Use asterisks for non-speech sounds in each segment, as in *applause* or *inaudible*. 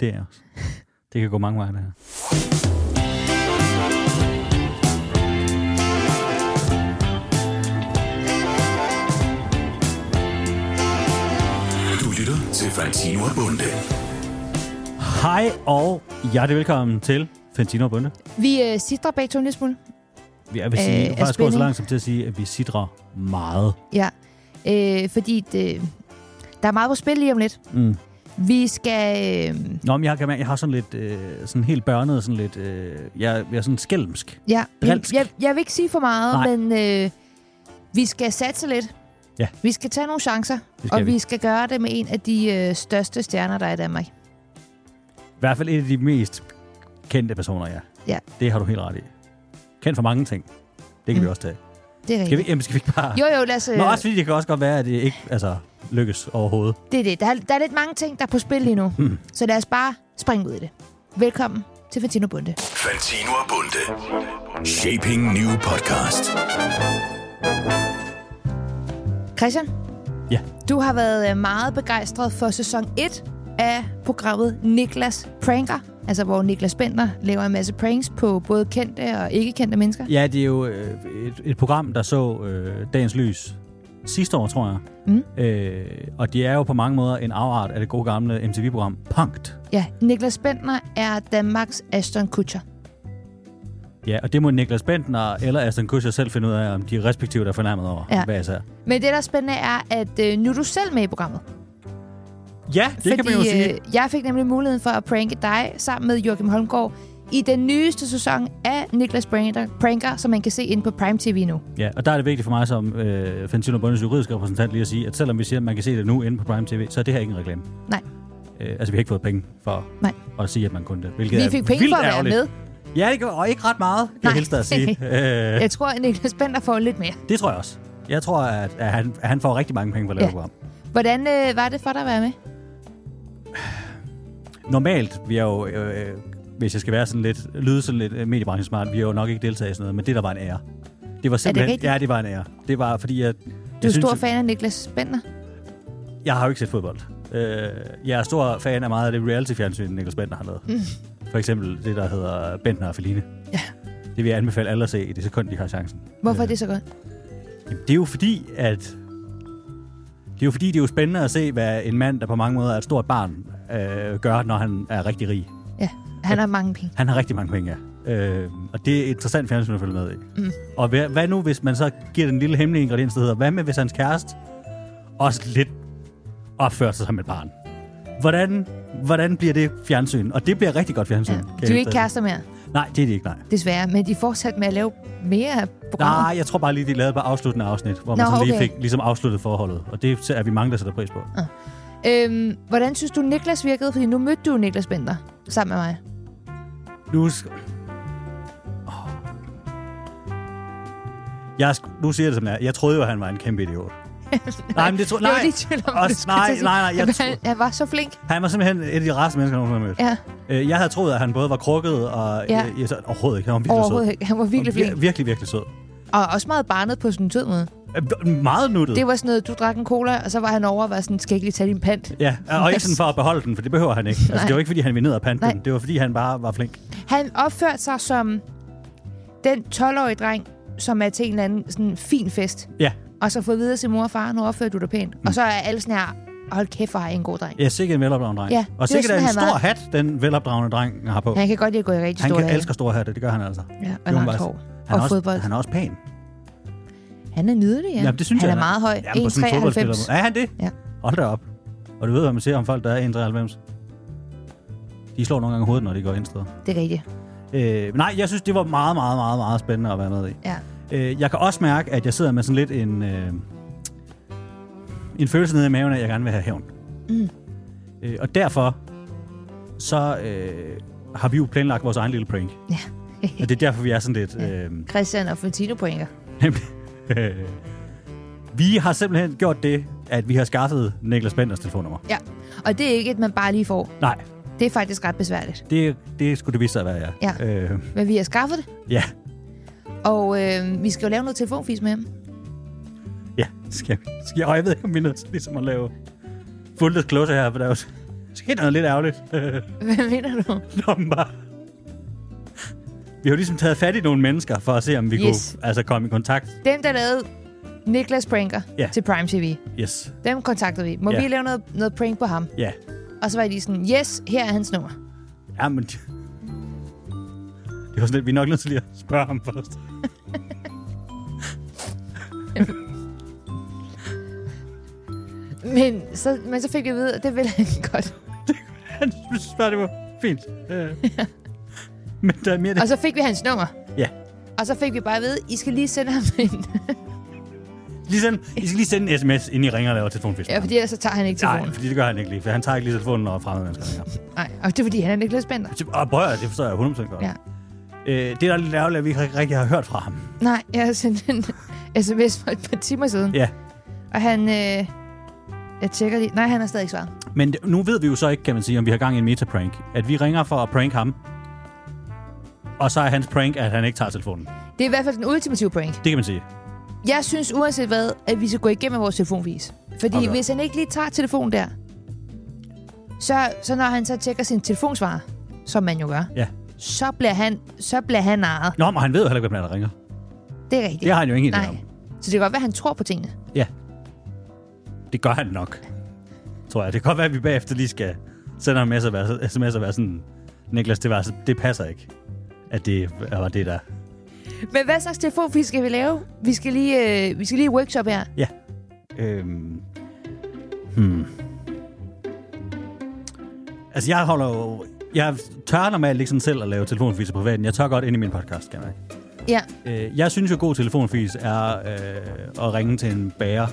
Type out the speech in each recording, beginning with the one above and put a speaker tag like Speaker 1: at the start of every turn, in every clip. Speaker 1: det er os. Det kan gå mange veje, det her.
Speaker 2: Du lytter til Fantino og Bunde.
Speaker 1: Hej og hjertelig velkommen til Fentino og Bunde.
Speaker 3: Vi øh, sidder bag Tony Smuld.
Speaker 1: Vi er, vil sige,
Speaker 3: Øh,
Speaker 1: øh,
Speaker 3: er
Speaker 1: faktisk gået så
Speaker 3: spænding.
Speaker 1: langt som til at sige, at vi sidder meget.
Speaker 3: Ja. Øh, fordi det, der er meget på spil lige om lidt.
Speaker 1: Mm.
Speaker 3: Vi skal... Øh,
Speaker 1: Nå, men jeg har, jeg har sådan lidt, øh, sådan helt børnet, sådan lidt, øh, jeg, jeg er sådan skælmsk.
Speaker 3: ja, jeg,
Speaker 1: Drilsk.
Speaker 3: jeg, jeg vil ikke sige for meget,
Speaker 1: Nej.
Speaker 3: men øh, vi skal satse lidt.
Speaker 1: Ja.
Speaker 3: Vi skal tage nogle chancer,
Speaker 1: Det skal
Speaker 3: og
Speaker 1: vi.
Speaker 3: vi. vi skal gøre det med en af de øh, største stjerner, der er i Danmark.
Speaker 1: I hvert fald et af de mest kendte personer, ja.
Speaker 3: Ja.
Speaker 1: Det har du helt ret i. Kendt for mange ting. Det kan mm. vi
Speaker 3: Mm.
Speaker 1: også tage.
Speaker 3: Det er rigtigt.
Speaker 1: Skal vi, jamen, skal vi ikke bare...
Speaker 3: Jo, jo, lad os... Øh,
Speaker 1: Men også fordi det kan også godt være, at det ikke altså, lykkes overhovedet.
Speaker 3: Det er det. Der er, der er lidt mange ting, der er på spil lige nu.
Speaker 1: Mm.
Speaker 3: Så lad os bare springe ud i det. Velkommen til Fantino Bunde.
Speaker 2: Fantino og Bunde. Shaping New Podcast.
Speaker 3: Christian?
Speaker 1: Ja.
Speaker 3: Du har været øh, meget begejstret for sæson 1 af programmet Niklas Pranker. Altså, hvor Niklas Bender laver en masse pranks på både kendte og ikke kendte mennesker.
Speaker 1: Ja, det er jo øh, et, et program, der så øh, dagens lys sidste år, tror jeg.
Speaker 3: Mm.
Speaker 1: Øh, og det er jo på mange måder en afart af det gode gamle MTV-program Punkt.
Speaker 3: Ja, Niklas Bender er Danmarks Ashton Kutcher.
Speaker 1: Ja, og det må Niklas Bentner eller Aston Kutcher selv finde ud af, om de respektive der er fornærmet over.
Speaker 3: Ja.
Speaker 1: Hvad jeg
Speaker 3: Men det, der er spændende, er, at øh, nu er du selv med i programmet.
Speaker 1: ja, det kan man jo sige.
Speaker 3: Øh, jeg fik nemlig muligheden for at pranke dig sammen med Joachim Holmgaard i den nyeste sæson af Niklas Pranker, Pranker som man kan se inde på Prime TV nu.
Speaker 1: Ja, og der er det vigtigt for mig som øh, Fantino Bundes juridiske repræsentant lige at sige, at selvom vi siger, at man kan se det nu inde på Prime TV, så er det her ikke en reklame.
Speaker 3: Nej.
Speaker 1: Øh, altså, vi har ikke fået penge for
Speaker 3: Nej.
Speaker 1: at sige, at man kunne det. Hvilket
Speaker 3: Vi
Speaker 1: er
Speaker 3: fik penge
Speaker 1: vildt
Speaker 3: for at være
Speaker 1: ærgerligt.
Speaker 3: med.
Speaker 1: Ja, det gør, og ikke ret meget, kan jeg
Speaker 3: Nej.
Speaker 1: helst
Speaker 3: *laughs*
Speaker 1: at sige. øh,
Speaker 3: Jeg tror, at Niklas Bender får lidt mere.
Speaker 1: det tror jeg også. Jeg tror, at, at, han, at han får rigtig mange penge for at lave
Speaker 3: Ja.
Speaker 1: ja. program.
Speaker 3: Hvordan øh, var det for dig at være med?
Speaker 1: Normalt, vi er jo, øh, øh, hvis jeg skal være sådan lidt, lyde sådan lidt øh, mediebranchesmart, vi har jo nok ikke deltaget i sådan noget, men det der var en ære. Det var simpelthen,
Speaker 3: rigtigt?
Speaker 1: ja, det var en ære. Det var, fordi jeg...
Speaker 3: Du
Speaker 1: jeg
Speaker 3: er stor
Speaker 1: jeg-
Speaker 3: fan af Niklas Bender.
Speaker 1: Jeg har jo ikke set fodbold. Øh, jeg er stor fan af meget af det reality-fjernsyn, Niklas Bentner har lavet. Mm. For eksempel det, der hedder Bentner og Feline.
Speaker 3: Ja.
Speaker 1: Det vil jeg anbefale alle at se i det sekund, de har chancen.
Speaker 3: Hvorfor
Speaker 1: Øh,
Speaker 3: er det så godt?
Speaker 1: Jamen, det er jo fordi, at... Det er jo fordi, det er jo spændende at se, hvad en mand, der på mange måder er et stort barn, øh, gør, når han er rigtig rig.
Speaker 3: Ja, han har mange penge.
Speaker 1: Han har rigtig mange penge, ja. øh, Og det er interessant fjernsyn at følge med i. Mm. Og hvad, hvad nu, hvis man så giver den lille hemmelige ingrediens, der hedder, hvad med, hvis hans kæreste også lidt opfører sig som et barn? Hvordan, hvordan bliver det fjernsyn? Og det bliver rigtig godt fjernsyn.
Speaker 3: Ja.
Speaker 1: kan
Speaker 3: Du
Speaker 1: jeg
Speaker 3: er ikke
Speaker 1: fortælle.
Speaker 3: kærester mere,
Speaker 1: Nej, det er det ikke, nej.
Speaker 3: desværre. Men de fortsatte med at lave mere af programmet.
Speaker 1: Nej, jeg tror bare lige, de lavede bare afsluttende afsnit, hvor man
Speaker 3: Nå,
Speaker 1: så lige
Speaker 3: okay.
Speaker 1: fik ligesom afsluttet forholdet. Og det er vi mange, der sætter pris på.
Speaker 3: Øhm, hvordan synes du, Niklas virkede? Fordi nu mødte du Niklas Bender sammen med mig.
Speaker 1: Nu sk- Åh. jeg sk- nu siger jeg det som jeg. er. Jeg troede jo, at han var en
Speaker 3: *laughs*
Speaker 1: kæmpe idiot. nej, men det tror
Speaker 3: Jeg var
Speaker 1: nej.
Speaker 3: lige i tvivl om,
Speaker 1: Også-
Speaker 3: du skulle
Speaker 1: nej,
Speaker 3: til at sige,
Speaker 1: nej, nej, jeg
Speaker 3: at
Speaker 1: tror-
Speaker 3: han, han var så flink.
Speaker 1: Han var simpelthen et af de rareste mennesker, jeg nogensinde har mødt.
Speaker 3: Ja,
Speaker 1: Øh, Jeg havde troet, at han både var krukket og...
Speaker 3: Ja.
Speaker 1: øh, Jeg, så, overhovedet ikke. Han var virkelig
Speaker 3: overhovedet
Speaker 1: sød.
Speaker 3: ikke. Han var virkelig
Speaker 1: Han var vir-
Speaker 3: flink.
Speaker 1: Virkelig, virkelig sød.
Speaker 3: Og også meget barnet på sådan en sød måde.
Speaker 1: Øh, Meget nuttet.
Speaker 3: Det var sådan noget, du drak en cola, og så var han over og var sådan, skal jeg ikke lige tage din pant?
Speaker 1: Ja, og ikke sådan for at beholde den, for det behøver han ikke. Altså, det var ikke, fordi han ville ned og pante
Speaker 3: Nej.
Speaker 1: den. Det var, fordi han bare var flink.
Speaker 3: Han opførte sig som den 12-årige dreng, som er til en eller anden sådan fin fest.
Speaker 1: Ja,
Speaker 3: Og så får videre sin mor og far, nu opfører du dig pænt. Mm. Og så er alle sådan her, hold kæft, hvor har jeg en god dreng.
Speaker 1: jeg er sikkert en velopdragende dreng.
Speaker 3: Ja, det var
Speaker 1: og sikkert
Speaker 3: sådan,
Speaker 1: er en
Speaker 3: han
Speaker 1: stor
Speaker 3: var.
Speaker 1: hat, den velopdragende dreng har på.
Speaker 3: Han kan godt lide at gå i rigtig
Speaker 1: Han
Speaker 3: store
Speaker 1: kan
Speaker 3: dage.
Speaker 1: elsker store hatte, det gør han altså.
Speaker 3: Ja,
Speaker 1: Jo,
Speaker 3: og langt
Speaker 1: bare-
Speaker 3: hår.
Speaker 1: Han
Speaker 3: og
Speaker 1: er også,
Speaker 3: fodbold.
Speaker 1: Han
Speaker 3: Han,
Speaker 1: er også pæn.
Speaker 3: han er nydelig, ja.
Speaker 1: Jamen, det synes
Speaker 3: han
Speaker 1: jeg,
Speaker 3: er meget høj.
Speaker 1: Jamen, på sådan en fodboldspiller.
Speaker 3: 1,93.
Speaker 1: Er han det?
Speaker 3: Ja.
Speaker 1: Hold da op. Og du ved, hvad man siger om folk, der er 1,93. De slår nogle gange hovedet, når de går ind steder.
Speaker 3: Det er rigtigt.
Speaker 1: Øh, nej, jeg synes, det var meget, meget, meget, meget spændende at være med i.
Speaker 3: Ja.
Speaker 1: Øh, jeg kan også mærke, at jeg sidder med sådan lidt en, øh, en følelse nede i maven, af, at jeg gerne vil have hævn. Mm. Øh, og derfor så øh, har vi jo planlagt vores egen lille prank.
Speaker 3: Ja.
Speaker 1: Og det er derfor, vi er sådan lidt... Øh,
Speaker 3: Christian og Fantino pointer.
Speaker 1: Nemlig. *laughs* Øh, vi har simpelthen gjort det, at vi har skaffet Niklas Benders telefonnummer.
Speaker 3: Ja. Og det er ikke et, man bare lige får.
Speaker 1: Nej,
Speaker 3: Det er faktisk ret besværligt.
Speaker 1: det, det skulle det vise sig at være, ja.
Speaker 3: Ja.
Speaker 1: Øh,
Speaker 3: Men vi har skaffet det,
Speaker 1: ja.
Speaker 3: og øh, vi skal jo lave noget telefonfis med ham. *laughs*
Speaker 1: ja. Skal, skal, og jeg ved ikke, om vi er nødt til ligesom at lave fuld disclosure her, for der er jo tænderne lidt ærgerligt. *laughs*
Speaker 3: Hvad mener du?
Speaker 1: Når man bare... Vi har jo ligesom taget fat i nogle mennesker, for at se, om vi
Speaker 3: Yes.
Speaker 1: yes. kunne altså, komme i kontakt.
Speaker 3: Dem, der lavede Niklas Pranker
Speaker 1: Ja.
Speaker 3: til Prime TV,
Speaker 1: Yes.
Speaker 3: dem kontaktede vi. Må
Speaker 1: Ja.
Speaker 3: vi lave noget, noget prank på ham?
Speaker 1: Ja.
Speaker 3: Og så var de sådan, yes, her er hans nummer.
Speaker 1: Ja, men... Det var sådan lidt, vi er nok nødt til lige at spørge ham først.
Speaker 3: Men så, men så fik vi at vide, at det ville han *laughs* godt.
Speaker 1: Han synes bare, det var fint. Øh. men der er mere det.
Speaker 3: Og så fik vi hans nummer.
Speaker 1: Ja.
Speaker 3: Og så fik vi bare at vide, I skal lige sende ham en.
Speaker 1: Lige send, I skal lige sende en sms, inden I ringer og laver telefonfisk.
Speaker 3: ja, fordi ellers så tager han ikke
Speaker 1: Nej,
Speaker 3: telefonen.
Speaker 1: fordi det gør han ikke lige, for han tager ikke lige telefonen, når fremmede mennesker ringer.
Speaker 3: *laughs* Nej, og det er fordi, han er Niklas Bender.
Speaker 1: Typ, Og prøv at høre, det forstår jeg 100% godt.
Speaker 3: Ja.
Speaker 1: Øh, det der er lidt ærgerligt, at vi ikke rigtig har hørt fra ham.
Speaker 3: Nej, jeg har sendt en sms for et par timer siden.
Speaker 1: Ja,
Speaker 3: Og han... Øh, jeg tjekker lige. Nej, han har stadig ikke svaret.
Speaker 1: men det- nu ved vi jo så ikke, kan man sige, om vi har gang i en metaprank. At vi ringer for at prank ham, og så er hans prank, at han ikke tager telefonen.
Speaker 3: Det er i hvert fald den ultimative prank.
Speaker 1: Det kan man sige.
Speaker 3: Jeg synes uanset hvad, at vi skal gå igennem vores telefonvis. Fordi okay.
Speaker 1: Okay.
Speaker 3: hvis han ikke lige tager telefonen der, så, så når han så tjekker sin telefonsvarer, som man jo gør,
Speaker 1: Ja.
Speaker 3: så bliver han, så bliver han narret.
Speaker 1: Nå, men han ved jo heller ikke, hvem der er, der ringer.
Speaker 3: Det er rigtigt.
Speaker 1: Det har han jo ingen idé
Speaker 3: Nej.
Speaker 1: om.
Speaker 3: Så det kan godt være, at han tror på tingene.
Speaker 1: Ja. Det gør han nok, tror jeg. Det kan godt være, at vi bagefter lige skal sende ham en sms og være, sms og være sådan, Niklas, det, var, altså- det passer ikke, at det var det, der...
Speaker 3: Men hvad slags telefonvis skal vi lave? Vi skal lige, øh, vi skal lige workshop her.
Speaker 1: Ja. Øhm. Hmm. Altså, jeg holder jo... Jeg tør normalt ikke sådan selv at lave telefonfis på privaten. Jeg tør godt ind i min podcast, kan jeg ikke?
Speaker 3: Ja.
Speaker 1: Øh, jeg synes jo, god telefonfis er øh, at ringe til en bager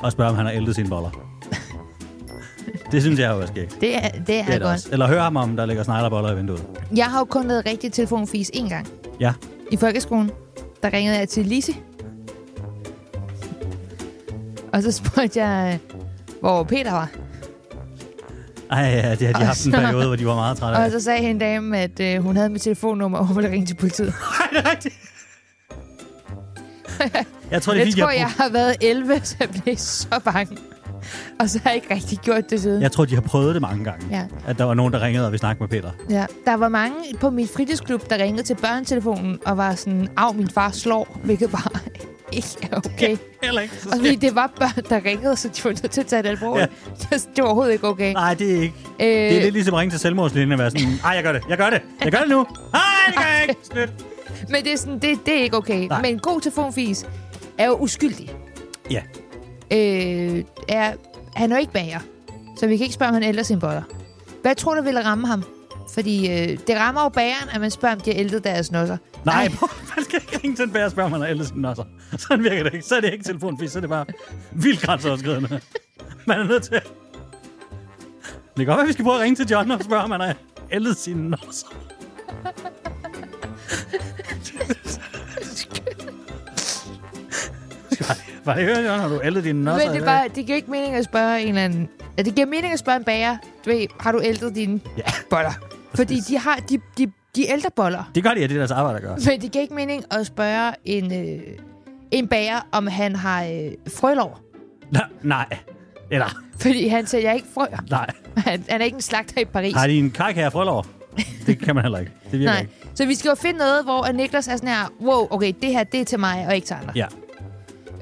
Speaker 1: og spørge, om han har ældet sine boller. *laughs* det synes jeg jo er skægt.
Speaker 3: Det er, det er,
Speaker 1: Det er
Speaker 3: det
Speaker 1: det
Speaker 3: godt.
Speaker 1: også. Eller høre ham om, der ligger sneglerboller i vinduet.
Speaker 3: Jeg har jo kun lavet rigtig telefonfis én gang.
Speaker 1: Ja.
Speaker 3: I folkeskolen, der ringede jeg til Lise. Og så spurgte jeg, øh, hvor Peter var.
Speaker 1: Ej, ja, det har de haft en periode, hvor de var meget trætte af.
Speaker 3: Og så sagde hende dame, at øh, hun havde mit telefonnummer, og hun ville ringe til politiet. *laughs*
Speaker 1: Ej, det er rigtigt. Jeg tror, det er
Speaker 3: Jeg
Speaker 1: fordi,
Speaker 3: tror,
Speaker 1: de har
Speaker 3: jeg har været 11, så jeg blev så bange. Og så har jeg ikke rigtig gjort det siden.
Speaker 1: Jeg tror, de har prøvet det mange gange.
Speaker 3: Ja.
Speaker 1: At der var nogen, der ringede og ville snakke med Peter.
Speaker 3: Ja. Der var mange på min fritidsklub, der ringede til børnetelefonen og var sådan, af min far slår, hvilket bare *laughs* ikke er okay.
Speaker 1: Heller ikke. Så
Speaker 3: Og fordi det var børn, der ringede, så de var nødt til at tage det alvorligt. Ja. *laughs* Det var overhovedet ikke okay.
Speaker 1: Nej, det er ikke.
Speaker 3: Øh,
Speaker 1: Det er lidt ligesom at ringe til selvmordslinjen og være sådan, ej, jeg gør det, jeg gør det, jeg gør det nu. Nej, det gør jeg ikke. Slut.
Speaker 3: Men det er, sådan, det, det er ikke okay. Nej.
Speaker 1: Nej.
Speaker 3: Men god telefonfis er jo uskyldig.
Speaker 1: Ja,
Speaker 3: Øh, er, han er jo ikke bager, så vi kan ikke spørge, om han ælder sin boller. Hvad tror du ville ramme ham? Fordi øh, det rammer jo bageren, at man spørger, om de har ældet deres nosser.
Speaker 1: nej, man skal ikke ringe til en bær og spørge, om han har ellers en osser. Sådan virker det ikke. Så er det ikke telefonfis, så er det bare vildt grænseoverskridende. Man er nødt til at... Det kan godt være, at vi skal prøve at ringe til John og spørge, om han har ældet sin osser. Var det høre, John, har du ældet din
Speaker 3: Men
Speaker 1: osser?
Speaker 3: det, er bare, det giver ikke mening at spørge en eller anden... Ja, det giver mening at spørge en bager, du ved, har du ældet dine
Speaker 1: Ja.
Speaker 3: boller? Fordi de har de, de, de ældre boller.
Speaker 1: Det gør de, at det er deres arbejde, der gør.
Speaker 3: Men det giver ikke mening at spørge en, øh, en bager, om han har øh, frølov.
Speaker 1: Nå, nej. Eller,
Speaker 3: Fordi han sælger ikke frøer.
Speaker 1: nej.
Speaker 3: *laughs* Han, han er ikke en slagter i Paris.
Speaker 1: Har de en karkære frølov? Det kan man heller ikke. Det virker
Speaker 3: Nej.
Speaker 1: ikke.
Speaker 3: Så vi skal jo finde noget, hvor at Niklas er sådan her, wow, okay, det her, det er til mig, og ikke til andre.
Speaker 1: Ja.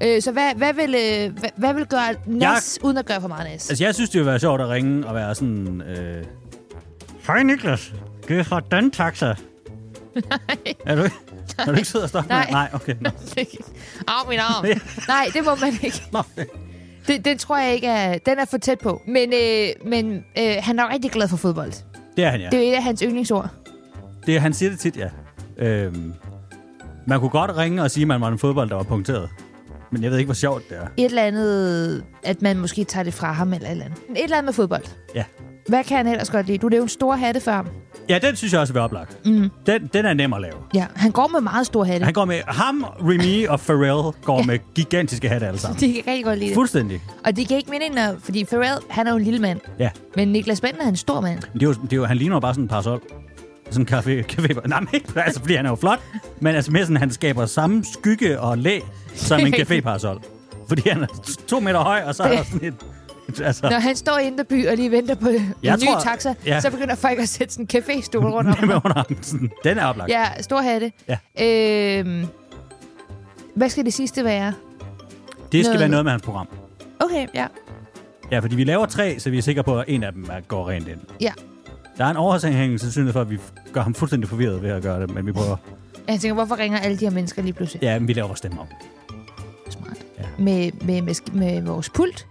Speaker 3: Øh, så hvad, hvad, vil, øh, hvad, hvad vil gøre nas, uden at gøre for meget nas?
Speaker 1: Altså, jeg synes, det ville være sjovt at ringe og være sådan... Øh... Hej, Niklas. Det er fra Dantaxa. Nej. Er du ikke, er du ikke sød og stoppe
Speaker 3: Nej.
Speaker 1: Nej, okay. Nå.
Speaker 3: Arv min *laughs* arm.
Speaker 1: Ja.
Speaker 3: Nej, det må man ikke.
Speaker 1: Nå.
Speaker 3: Det, den tror jeg ikke er... Den er for tæt på. Men, øh, men øh, han er jo rigtig glad for fodbold. Ja.
Speaker 1: Det er han, ja.
Speaker 3: Det er jo et af hans yndlingsord.
Speaker 1: Det, er- han siger det tit, ja. Øhm, man kunne godt ringe og sige, at man var en fodbold, der var punkteret. Men jeg ved ikke, hvor sjovt det er.
Speaker 3: Et eller andet... At man måske tager det fra ham eller et eller andet. Et eller andet med fodbold.
Speaker 1: Ja.
Speaker 3: Hvad kan han ellers godt lide? Du nævnte store hatte før. ham.
Speaker 1: Ja, den synes jeg også vil være oplagt. Mm. Den, den er nem at lave.
Speaker 3: Ja, han går med meget store hatte.
Speaker 1: Han går med... Ham, Remy og Pharrell går med gigantiske hatte alle
Speaker 3: *laughs*
Speaker 1: sammen.
Speaker 3: De kan rigtig godt lide det.
Speaker 1: Fuldstændig.
Speaker 3: Og det kan ikke minde når, fordi Pharrell, han er jo en lille mand.
Speaker 1: Ja.
Speaker 3: Men Niklas Bender er en stor mand.
Speaker 1: Men Det er jo, det er jo, han ligner jo bare sådan en parasol. Sådan en café, café. Nej, men ikke, altså, fordi han er jo flot. Men altså mere sådan, han skaber samme skygge og læ som en caféparasol. Fordi han er to meter høj, og så er der sådan et, altså,
Speaker 3: Når han står i indre by og lige venter på en
Speaker 1: Jeg
Speaker 3: ny
Speaker 1: tror-
Speaker 3: taxa,
Speaker 1: ja.
Speaker 3: så begynder folk at sætte sådan en café-stol rundt
Speaker 1: *laughs*
Speaker 3: om.
Speaker 1: Hvem er under armen? Sådan, Den er oplagt.
Speaker 3: Ja, stor hatte.
Speaker 1: Ja.
Speaker 3: Øhm, hvad skal det sidste være?
Speaker 1: det skal
Speaker 3: noget-
Speaker 1: være noget med hans program.
Speaker 3: Okay, ja.
Speaker 1: Ja, fordi vi laver tre, så vi er sikre på, at en af dem er- går rent ind.
Speaker 3: ja.
Speaker 1: Der er en overhængende sandsynlighed for, at vi f- gør ham fuldstændig forvirret ved at gøre det, men vi prøver...
Speaker 3: Jeg tænker, hvorfor ringer alle de her mennesker lige pludselig?
Speaker 1: Ja, men vi laver vores stemme om.
Speaker 3: Smart.
Speaker 1: Ja.
Speaker 3: Med, med, med, sk- med vores pult?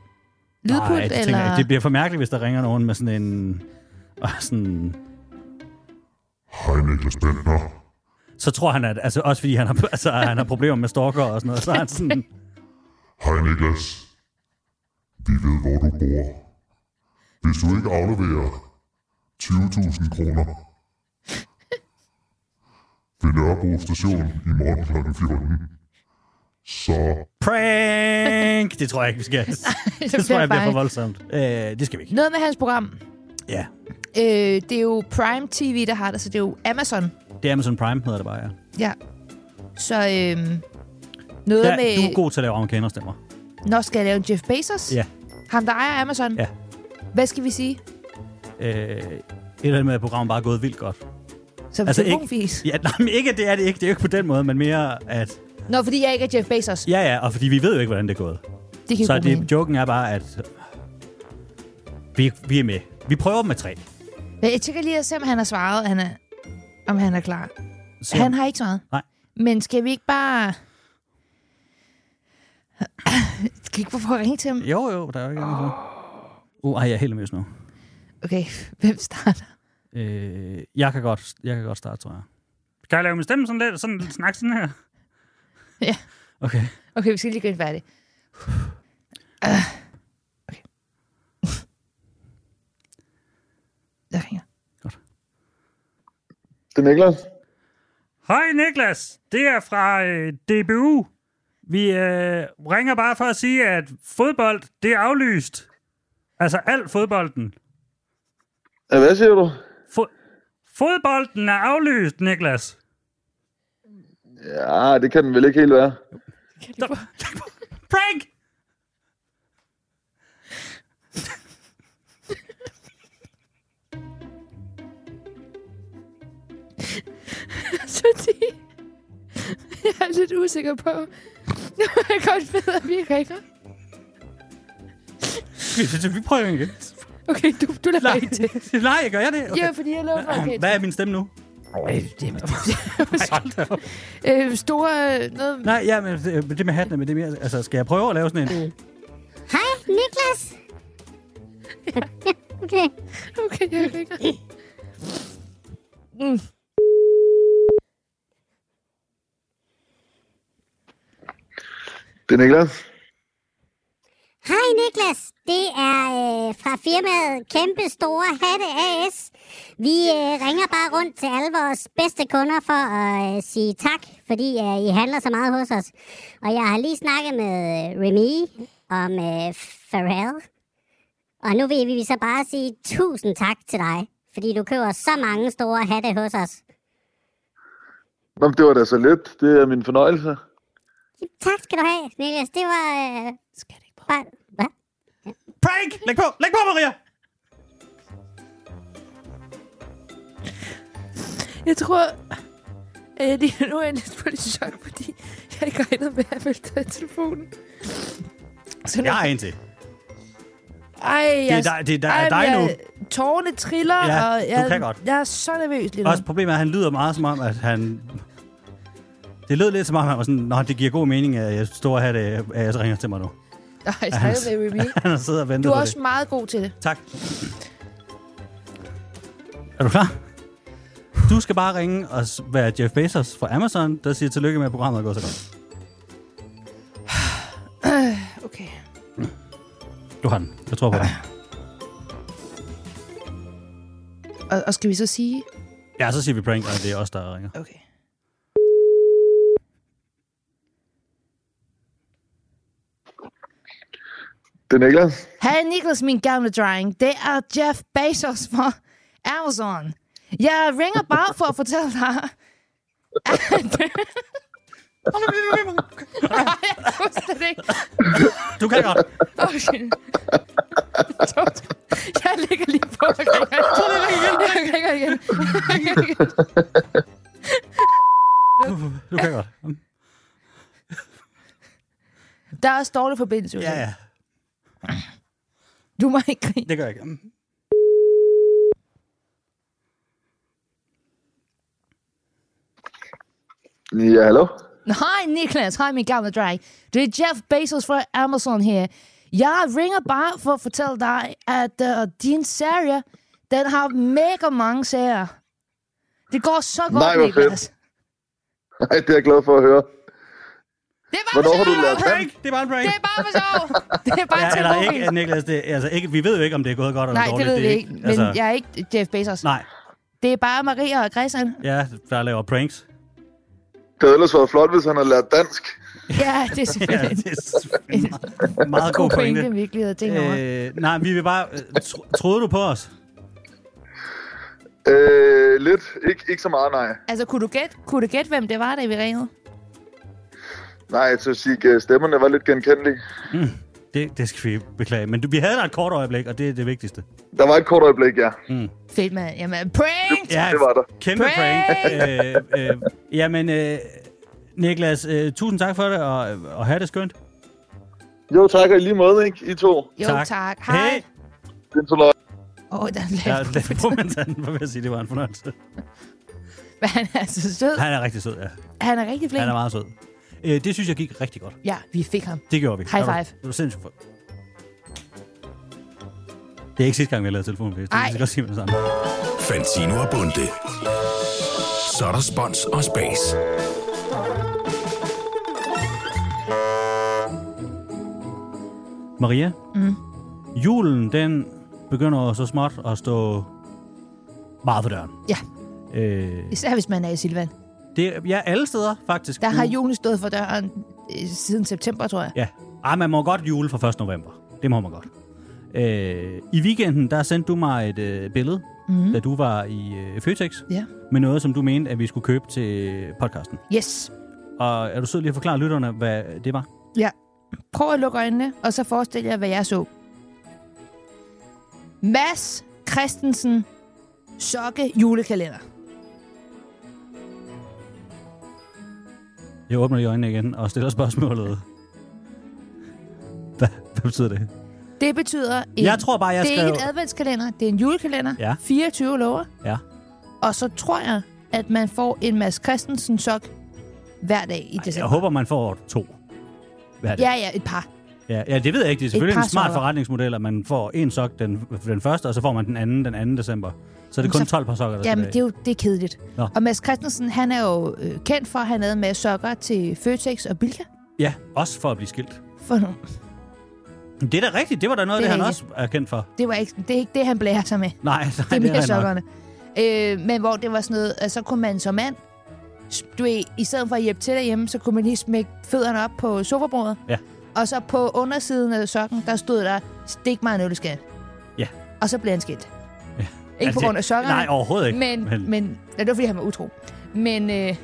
Speaker 3: Lydpult?
Speaker 1: det, tænker
Speaker 3: eller?
Speaker 1: jeg, det bliver for mærkeligt, hvis der ringer nogen med sådan en... Og sådan,
Speaker 4: Hej Niklas Bentner.
Speaker 1: så tror han, at altså, også fordi han har, *laughs* altså, han har problemer med stalker og sådan noget, så er han sådan,
Speaker 4: Hej Niklas. Vi ved, hvor du bor. Hvis du ikke afleverer 20.000 kroner ved Nørrebro station i morgen kl. 14, så
Speaker 1: prank! Det tror jeg ikke, *laughs* vi skal. Det, det tror
Speaker 3: bliver
Speaker 1: jeg bliver
Speaker 3: bare-
Speaker 1: for voldsomt. Øh, det skal vi ikke.
Speaker 3: Noget med hans program.
Speaker 1: Ja,
Speaker 3: Øh, det er jo Prime TV, der har det, så det er jo Amazon.
Speaker 1: det er Amazon Prime, hedder det bare, ja.
Speaker 3: Ja. Så øhm, noget
Speaker 1: Der,
Speaker 3: med...
Speaker 1: du er god til at lave amerikanerstemmer.
Speaker 3: Når skal jeg lave en Jeff Bezos?
Speaker 1: Ja.
Speaker 3: Ham, der ejer Amazon?
Speaker 1: Ja.
Speaker 3: Hvad skal vi sige?
Speaker 1: Øh, et eller andet med, at programmet bare er gået vildt godt.
Speaker 3: Som
Speaker 1: Altså,
Speaker 3: altså,
Speaker 1: ikke-
Speaker 3: telefonfis? Ikke...
Speaker 1: Ja, nej, men ikke, at det er det ikke. Det er jo ikke på den måde, men mere, at...
Speaker 3: Nå, fordi jeg ikke er Jeff Bezos.
Speaker 1: Ja, ja, og fordi vi ved jo ikke, hvordan det er gået.
Speaker 3: Det kan
Speaker 1: Så
Speaker 3: det...
Speaker 1: det, joken er bare, at vi, vi er med. Vi prøver med tre.
Speaker 3: Men jeg tjekker lige at se, om han har svaret, han er, om han er klar.
Speaker 1: Så,
Speaker 3: Så... Han har ikke svaret.
Speaker 1: Nej.
Speaker 3: Men skal vi ikke bare... *clears throat* skal vi ikke prøve at ringe til ham?
Speaker 1: Jo, jo, der er jo ikke andet for. *gasps* Uh, ej, jeg er helt nervøs nu.
Speaker 3: Okay, *laughs* hvem starter?
Speaker 1: Øh, jeg, kan godt, jeg kan godt starte, tror jeg. Kan jeg lave min stemme sådan lidt? Sådan lidt snak sådan her?
Speaker 3: *laughs* Ja.
Speaker 1: Okay.
Speaker 3: Okay, vi skal lige gøre det færdigt.
Speaker 1: Øh.
Speaker 3: Uh. Okay. *laughs* Jeg ringer.
Speaker 5: Det er Niklas.
Speaker 1: Hej Niklas, det er fra øh, DBU. Vi øh, ringer bare for at sige, at fodbold, det er aflyst. Altså alt fodbolden.
Speaker 5: Ja, Hvad siger du?
Speaker 1: Fo- fodbolden er aflyst, Niklas.
Speaker 5: Ja, det kan den vel ikke helt være.
Speaker 1: Prank!
Speaker 3: fordi jeg er lidt usikker på, *laughs* nu er jeg godt ved, at vi ikke ringer.
Speaker 1: Vi prøver igen. *laughs*
Speaker 3: Okay, du, du lader
Speaker 1: Nej,
Speaker 3: ikke til.
Speaker 1: nej, gør jeg det?
Speaker 3: Ja, fordi jeg laver okay.
Speaker 1: Hvad er min stemme nu?
Speaker 3: *laughs* Øh, store øh, noget...
Speaker 1: Nej, ja, men det, men det med hatten, men det er mere, altså, skal jeg prøve at lave sådan
Speaker 3: Mm.
Speaker 1: en?
Speaker 6: Hej, Niklas. okay.
Speaker 3: Okay, jeg ringer. Mm.
Speaker 5: Det er Niklas.
Speaker 6: Hej, Niklas. Det er øh, fra firmaet Kæmpe Store Hatte AS. Vi øh, ringer bare rundt til alle vores bedste kunder for at øh, sige tak, fordi øh, I handler så meget hos os. Og jeg har lige snakket med øh, Remy og med Pharrell. Og nu vil vi så bare sige tusind tak til dig, fordi du køber så mange store hatte hos os.
Speaker 5: Nå, men det var da så let. Det er min fornøjelse.
Speaker 6: Tak skal du have, Niklas. Det var øh,
Speaker 3: Skal det ikke på?
Speaker 6: bare... Hvad?
Speaker 1: Prank! Læg på! Læg på, Maria!
Speaker 3: Mm. Jeg tror, at jeg lige nu er jeg lidt på lidt chok, fordi jeg ikke regnede med, at jeg ville tage telefonen. Så nu,
Speaker 1: Jeg har en til.
Speaker 3: ej,
Speaker 1: Det
Speaker 3: jeg,
Speaker 1: er dig, det er dig,
Speaker 3: ej,
Speaker 1: er dig nu.
Speaker 3: jeg, Tårne triller,
Speaker 1: Ja,
Speaker 3: og
Speaker 1: du
Speaker 3: jeg,
Speaker 1: kan godt.
Speaker 3: jeg er så nervøs lige nu.
Speaker 1: Også problemet er, at han lyder meget som om, at han... Det lød lidt som om, han var sådan, Nå, det giver god mening, at jeg står her, at jeg ringer til mig nu. *laughs*
Speaker 3: Ej, stadig med Remy.
Speaker 1: Han har siddet og ventet
Speaker 3: Du er
Speaker 1: på
Speaker 3: også meget god til det.
Speaker 1: det. Tak. Er du klar? Du skal bare ringe og s- være Jeff Bezos fra Amazon, der siger tillykke med, at programmet er gået så godt.
Speaker 3: *sighs* Okay.
Speaker 1: Du har den. Jeg
Speaker 3: *clears throat*
Speaker 1: tror på dig.
Speaker 3: Og, og skal vi så sige...
Speaker 1: Ja, så siger vi prank, og det er os, der ringer.
Speaker 3: Okay.
Speaker 5: Det er Niklas.
Speaker 3: Hej Niklas, min gamle dreng. Det er Jeff Bezos fra Amazon. Jeg ringer bare for at fortælle dig... *laughs* Nej, jeg husker det ikke.
Speaker 1: Du kan godt.
Speaker 3: Okay. *laughs* Jeg ligger lige på og ringer. Jeg ringer igen. Jeg ringer igen.
Speaker 1: Du kan godt.
Speaker 3: Der er også dårlig forbindelse.
Speaker 1: Ja,
Speaker 3: Ja, ja.
Speaker 1: ja.
Speaker 3: Du må ikke grine.
Speaker 1: Det gør jeg ikke.
Speaker 5: Ja, hallo? *laughs*
Speaker 3: Hej Niklas, hej min gamle dreng. Det er Jeff Bezos fra Amazon her. Jeg ringer bare for at fortælle dig, at uh, din serie, den har mega mange serier. Det går så godt,
Speaker 5: Nej, hvor fedt.
Speaker 3: Niklas.
Speaker 5: Nej, det er jeg glad for at høre.
Speaker 3: Det er bare
Speaker 5: Hvornår har
Speaker 3: for
Speaker 5: du
Speaker 3: sjov.
Speaker 5: lært den?
Speaker 1: Det er bare en break.
Speaker 3: Det er bare for sjov. Det er bare
Speaker 1: Ja,
Speaker 3: til
Speaker 1: eller
Speaker 3: mobilen.
Speaker 1: ikke, Niklas. Det, altså, ikke, vi ved jo ikke, om det er gået godt eller
Speaker 3: Nej, det
Speaker 1: dårligt.
Speaker 3: ved vi
Speaker 1: er
Speaker 3: ikke. Men altså... jeg er ikke Jeff Bezos.
Speaker 1: Nej,
Speaker 3: Det er bare Maria og Christian.
Speaker 1: ja, der laver pranks.
Speaker 5: Det havde ellers været flot, hvis han havde lært dansk.
Speaker 3: Ja, det er *laughs*
Speaker 1: Ja,
Speaker 3: selvfølgelig
Speaker 1: det er en meget, meget god
Speaker 3: en pointe,
Speaker 1: pointe.
Speaker 3: vi ikke lige havde tænkt over.
Speaker 1: Øh, nej, vi vil bare... øh, Tro, troede du på os?
Speaker 5: Øh, lidt. Ik- ikke så meget, nej.
Speaker 3: Altså, kunne du gætte, kunne du gætte hvem det var, da vi ringede?
Speaker 5: Nej, jeg synes ikke, øh, stemmerne var lidt genkendelige.
Speaker 1: Det, det skal vi beklage. Men du, vi havde da et kort øjeblik, og det er det vigtigste.
Speaker 5: Der var et kort øjeblik, ja.
Speaker 3: Fedt, mand. Jamen, prank!
Speaker 1: Ja,
Speaker 5: Det var der.
Speaker 1: Kæmpe prank. Øh, øh, jamen, øh, Niklas, øh, tusind tak for det, og, og have det skønt.
Speaker 5: Jo, tak, og i lige måde, ikke? I to.
Speaker 3: Jo, tak. tak. Hej.
Speaker 1: Hey.
Speaker 5: Det er så løg.
Speaker 3: Åh, oh, der er
Speaker 1: Ja,
Speaker 3: ja,
Speaker 1: det får man tage den, for at sige, det var en fornøjelse.
Speaker 3: Men *laughs* han er så sød.
Speaker 1: Han er rigtig sød, ja.
Speaker 3: Han er rigtig flink.
Speaker 1: Han er meget sød. Øh, det synes jeg gik rigtig godt.
Speaker 3: Ja, vi fik ham.
Speaker 1: Det gjorde vi.
Speaker 3: High five.
Speaker 1: Det var sindssygt for. Det er ikke sidste gang, vi har lavet telefonfest. Det
Speaker 3: Ej.
Speaker 1: kan jeg godt sige med det samme.
Speaker 2: Fantino og Bunde. Så er der spons og spas.
Speaker 1: Maria, mm. julen den begynder jo så småt at stå meget for døren.
Speaker 3: Ja,
Speaker 1: Øh,
Speaker 3: især hvis man er i Silvan.
Speaker 1: det, ja, alle steder faktisk.
Speaker 3: Der har
Speaker 1: Nu-
Speaker 3: julen stået for døren øh, siden september, tror jeg.
Speaker 1: Ja. Ej, man må godt jule fra 1. november. Det må man godt. Øh, I weekenden, der sendte du mig et øh, billede,
Speaker 3: Mhm.
Speaker 1: mm. da du var i øh, Føtex,
Speaker 3: Ja.
Speaker 1: med noget, som du mente, at vi skulle købe til podcasten.
Speaker 3: Yes.
Speaker 1: Og er du sød lige at forklare lytterne, hvad det var?
Speaker 3: Ja. Prøv at lukke øjnene, og så forestil jer, hvad jeg så. Mads Christensen sokke julekalender.
Speaker 1: Jeg åbner lige øjnene igen og stiller spørgsmålet. Hvad, hvad betyder det?
Speaker 3: Det betyder... En,
Speaker 1: Jeg tror bare, jeg
Speaker 3: Det er
Speaker 1: skrev-
Speaker 3: ikke en adventskalender, det er en julekalender.
Speaker 1: Ja.
Speaker 3: 24 lover.
Speaker 1: Ja.
Speaker 3: Og så tror jeg, at man får en Mads Christensen sok hver dag i
Speaker 1: Jeg
Speaker 3: december.
Speaker 1: håber, man får to. Hvad er det?
Speaker 3: Ja, ja, et par.
Speaker 1: Ja, ja, det ved jeg ikke. Det er selvfølgelig
Speaker 3: par
Speaker 1: en smart
Speaker 3: sokker.
Speaker 1: forretningsmodel, at man får en sok den, den første, og så får man den anden den 2. december. Så er det
Speaker 3: Men
Speaker 1: kun
Speaker 3: så-
Speaker 1: 12 par sokker, der
Speaker 3: Jamen,
Speaker 1: skal
Speaker 3: det er jo det er kedeligt.
Speaker 1: Nå.
Speaker 3: Og Mads Christensen, han er jo øh, kendt for, at han lavede en masse sokker til Føtex og Bilka.
Speaker 1: Ja, også for at blive skilt.
Speaker 3: For nu,
Speaker 1: Men Det er da rigtigt. Det var da noget,
Speaker 3: Det
Speaker 1: det,
Speaker 3: er
Speaker 1: det han også
Speaker 3: rigtigt.
Speaker 1: er kendt for.
Speaker 3: det, var ikke, det er ikke det, han blærer sig med. Det
Speaker 1: Nej, *laughs* nej
Speaker 3: er
Speaker 1: det er
Speaker 3: mere
Speaker 1: rigtig nok.
Speaker 3: sokkerne. Øh, men hvor det var sådan noget, at så kunne man som mand, s- du ved, i stedet for at hjælpe til derhjemme, så kunne man lige smække fødderne op på sofabordet.
Speaker 1: Ja.
Speaker 3: Og så på undersiden af sokken, der stod der, stik mig en ølleskal.
Speaker 1: Ja.
Speaker 3: Og så blev han skilt.
Speaker 1: Ja.
Speaker 3: Ikke
Speaker 1: Altså,
Speaker 3: på grund af sokkerne.
Speaker 1: Nej, overhovedet ikke.
Speaker 3: Men, men, men ja, det var fordi, han var utro. Men øh,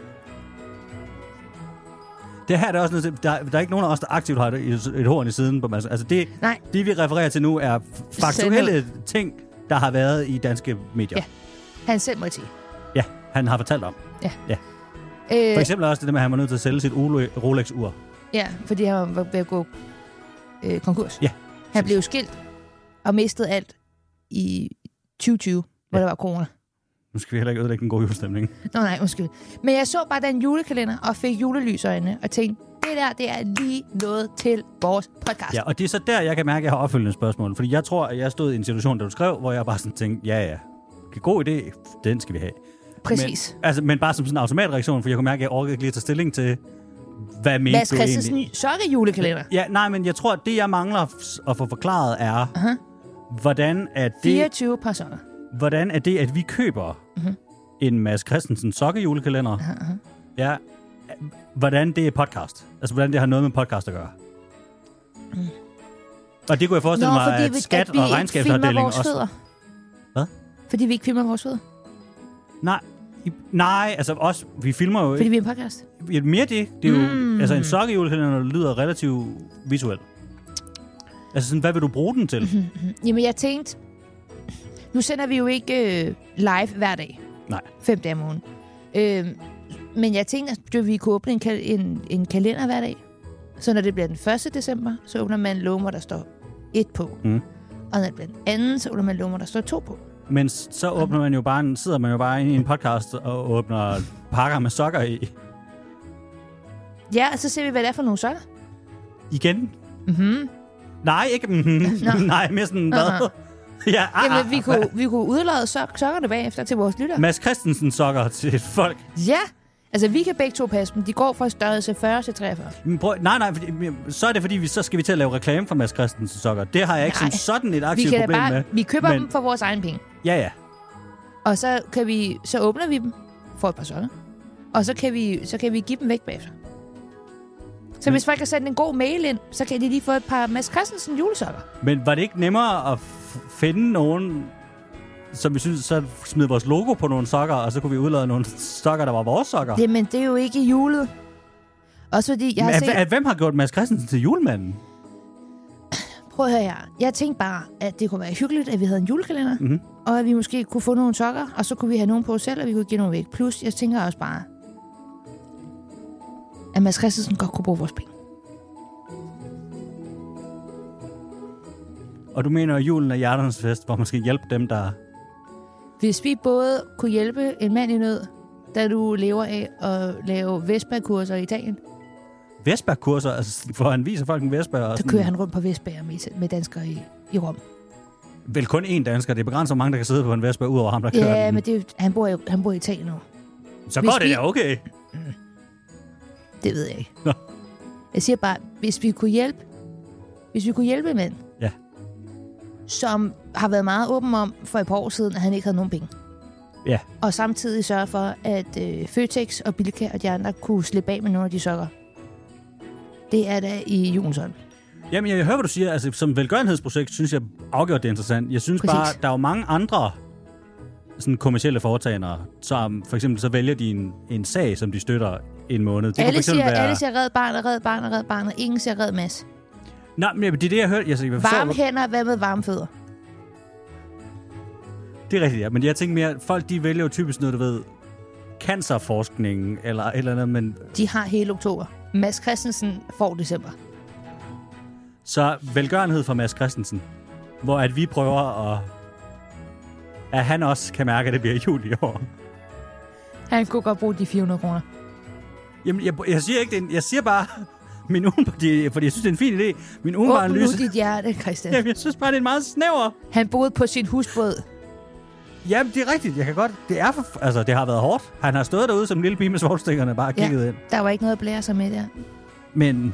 Speaker 1: Det her er der også noget, til- der, der er ikke nogen af os, der aktivt har et, et horn i siden på massen. Altså det,
Speaker 3: Nej.
Speaker 1: det, vi refererer til nu, er f- faktuelle ting, der har været i danske medier.
Speaker 3: Ja. han selv må sige.
Speaker 1: ja han har fortalt om.
Speaker 3: Øh,
Speaker 1: For eksempel også det der med, at han var nødt til at sælge sit Ole- Rolex-ur.
Speaker 3: Ja, fordi han var ved at gå øh, konkurs.
Speaker 1: Ja.
Speaker 3: Han blev skilt og mistede alt i 2020, hvor der var corona.
Speaker 1: Nu skal vi heller ikke ødelægge en god julestemning.
Speaker 3: Nå nej, undskyld. Men jeg så bare den julekalender og fik julelysøjne og tænkte, det der, det er lige noget til vores podcast.
Speaker 1: Ja, og det er så der, jeg kan mærke, at jeg har opfølgende spørgsmål. Fordi jeg tror, at jeg stod i en situation, da du skrev, hvor jeg bare sådan tænkte, ja ja, god idé, den skal vi have.
Speaker 3: Præcis.
Speaker 1: Men, altså, men bare som sådan en automatreaktion, for jeg kunne mærke, at jeg orkede ikke lige at tage stilling til, hvad mente
Speaker 3: Mads
Speaker 1: du egentlig?
Speaker 3: Christensen sokke julekalender.
Speaker 1: Ja, nej, men jeg tror, at det, jeg mangler f- at få forklaret, er, uh-huh. hvordan, er det,
Speaker 3: 24 personer.
Speaker 1: hvordan er det, at vi køber uh-huh.
Speaker 3: Mhm.
Speaker 1: en Mads Christensen sokkejulekalender, uh-huh. ja, hvordan det er podcast. Altså, hvordan det har noget med podcast at gøre.
Speaker 3: Mm.
Speaker 1: Og det kunne jeg forestille mig, at skat og regnskabsafdeling
Speaker 3: vores
Speaker 1: også...
Speaker 3: fødder.
Speaker 1: Hvad?
Speaker 3: Fordi vi ikke filmer vores fødder.
Speaker 1: Nej, i- nej, altså også, vi filmer jo
Speaker 3: Fordi
Speaker 1: ikke.
Speaker 3: vi er en podcast.
Speaker 1: Fordi...
Speaker 3: Hmm.
Speaker 1: Mere det, det er jo, mm. altså en sokkejulekalender lyder relativt visuelt. Altså sådan, hvad vil du bruge den til?
Speaker 3: Mhm. Jamen, jeg tænkte, nu sender vi jo ikke øh, live hver dag.
Speaker 1: Nej.
Speaker 3: Fem dage om ugen. Øh, men jeg tænkte, at det- vi kunne åbne en, kal- en, en kalender hver dag. Så når det bliver den 1. december, så åbner man en lomme, hvor der står 1 på.
Speaker 1: Mm.
Speaker 3: Og når det bliver den 2., så åbner man en lomme, hvor der står 2 på.
Speaker 1: Men s- så åbner man jo bare en, sidder man jo bare inde i en podcast og åbner pakker med sokker i.
Speaker 3: Ja, og så ser vi, hvad det er for nogle sokker.
Speaker 1: Igen? Mm-hmm.
Speaker 3: Mhm.
Speaker 1: Nej, ikke mm-hmm. *laughs* Nej, mere sådan, hvad? ja, ah,
Speaker 3: Jamen, vi
Speaker 1: ah,
Speaker 3: kunne, vi kunne udlade sok- sokkerne bagefter til vores lytter.
Speaker 1: Mads Christensen sokker til folk.
Speaker 3: Ja, altså vi kan begge to passe dem. De går fra størrelse 40 til 43.
Speaker 1: Men prøv, nej, nej, fordi, men så er det fordi, vi, så skal vi til at lave reklame for Mads Christensen sokker. Det har jeg ikke
Speaker 3: Nej.
Speaker 1: som sådan et
Speaker 3: Vi,
Speaker 1: aktivt
Speaker 3: kan da
Speaker 1: problem
Speaker 3: bare,
Speaker 1: med.
Speaker 3: vi køber
Speaker 1: men,
Speaker 3: men... dem for vores egen penge.
Speaker 1: Ja, ja.
Speaker 3: Og så, kan vi, så åbner vi dem for et par sokker. Og så kan, vi, så kan vi give dem væk bagefter. Så hvis folk har sendt en god mail ind, så kan de lige få et par Mads Christensen julesokker.
Speaker 1: Men var det ikke nemmere at f- finde nogen, som vi synes, så smed vores logo på nogle sokker, og så kunne vi udlade nogle sokker, der var vores sokker?
Speaker 3: Jamen, det er jo ikke julet. Også fordi, jeg har
Speaker 1: Men
Speaker 3: set...
Speaker 1: at, at, hvem har gjort Mads Christensen til julemanden?
Speaker 3: Prøv at høre her. Jeg tænkte bare, at det kunne være hyggeligt, at vi havde en julekalender, mm-hmm. og at vi måske kunne få nogle sokker, og så kunne vi have nogle på selv, og vi kunne give nogle væk. Plus, jeg tænker også bare, at Mads Christensen godt kunne bruge vores penge.
Speaker 1: Og du mener, at julen er hjerternes fest, hvor man skal hjælpe dem, der...
Speaker 3: Hvis vi både kunne hjælpe en mand i nød, da du lever af at lave Vespa-kurser i Italien,
Speaker 1: Vespa-kurser, altså, hvor han viser folk en Vespa. Og
Speaker 3: så
Speaker 1: sådan,
Speaker 3: kører han rundt på Vespaer med, med danskere i, i Rom.
Speaker 1: Vel kun én dansker. Det er begrænset, hvor mange, der kan sidde på en Vespa, udover ham, der kører
Speaker 3: Ja,
Speaker 1: den.
Speaker 3: men det, er jo- han, bor, i- han bor i Italien nu.
Speaker 1: Så
Speaker 3: hvis
Speaker 1: går det
Speaker 3: vi-
Speaker 1: da okay.
Speaker 3: Det ved jeg ikke.
Speaker 1: Nå.
Speaker 3: Jeg siger bare, hvis vi kunne hjælpe, hvis vi kunne hjælpe en mand,
Speaker 1: Ja.
Speaker 3: som har været meget åben om for et par år siden, at han ikke havde nogen penge.
Speaker 1: Ja.
Speaker 3: Og samtidig sørge for, at øh, Føtex og Bilka og de andre kunne slippe af med nogle af de sokker. Det er da i Jonsson.
Speaker 1: Jamen, jeg hører, hvad du siger. Altså, som velgørenhedsprojekt synes jeg afgjort, det er interessant. Jeg synes
Speaker 3: Præcis.
Speaker 1: Præcis. bare, der er jo mange andre sådan kommersielle foretagender, som for eksempel så vælger de en, en sag, som de støtter en måned. Det kunne for
Speaker 3: Alle
Speaker 1: eksempel
Speaker 3: siger, alle siger, red barnet, red barnet, red barnet. Ingen siger, red mas.
Speaker 1: Nej, men det er det, jeg hørte. Jeg, jeg forstår,
Speaker 3: Varme hænder, hvad med varme fødder?
Speaker 1: Det er rigtigt, ja. Men jeg tænker mere, folk de vælger jo typisk noget, du ved, cancerforskningen eller et eller andet, men
Speaker 3: De har hele oktober. Mads Christensen får december.
Speaker 1: så velgørenhed fra Mads Christensen, hvor at vi prøver at at han også kan mærke, at det bliver jul i år.
Speaker 3: Han kunne godt bruge de 400 kroner.
Speaker 1: Jamen, jeg, jeg siger ikke det. er en- Jeg siger bare *laughs* min ugen, fordi jeg synes, det er en fin idé. Min umiddelbare
Speaker 3: Åbn nu
Speaker 1: analyse...
Speaker 3: dit hjerte, Christian.
Speaker 1: *laughs* Jamen, jeg synes bare, det er en meget snæver.
Speaker 3: Han boede på sin husbåd.
Speaker 1: Jamen, det er rigtigt. Jeg kan godt... Det er for... Altså, det har været hårdt. Han har stået derude som en lille pige med svogstikkerne bare kigget ind.
Speaker 3: der var ikke noget at blære sig med der.
Speaker 1: Men...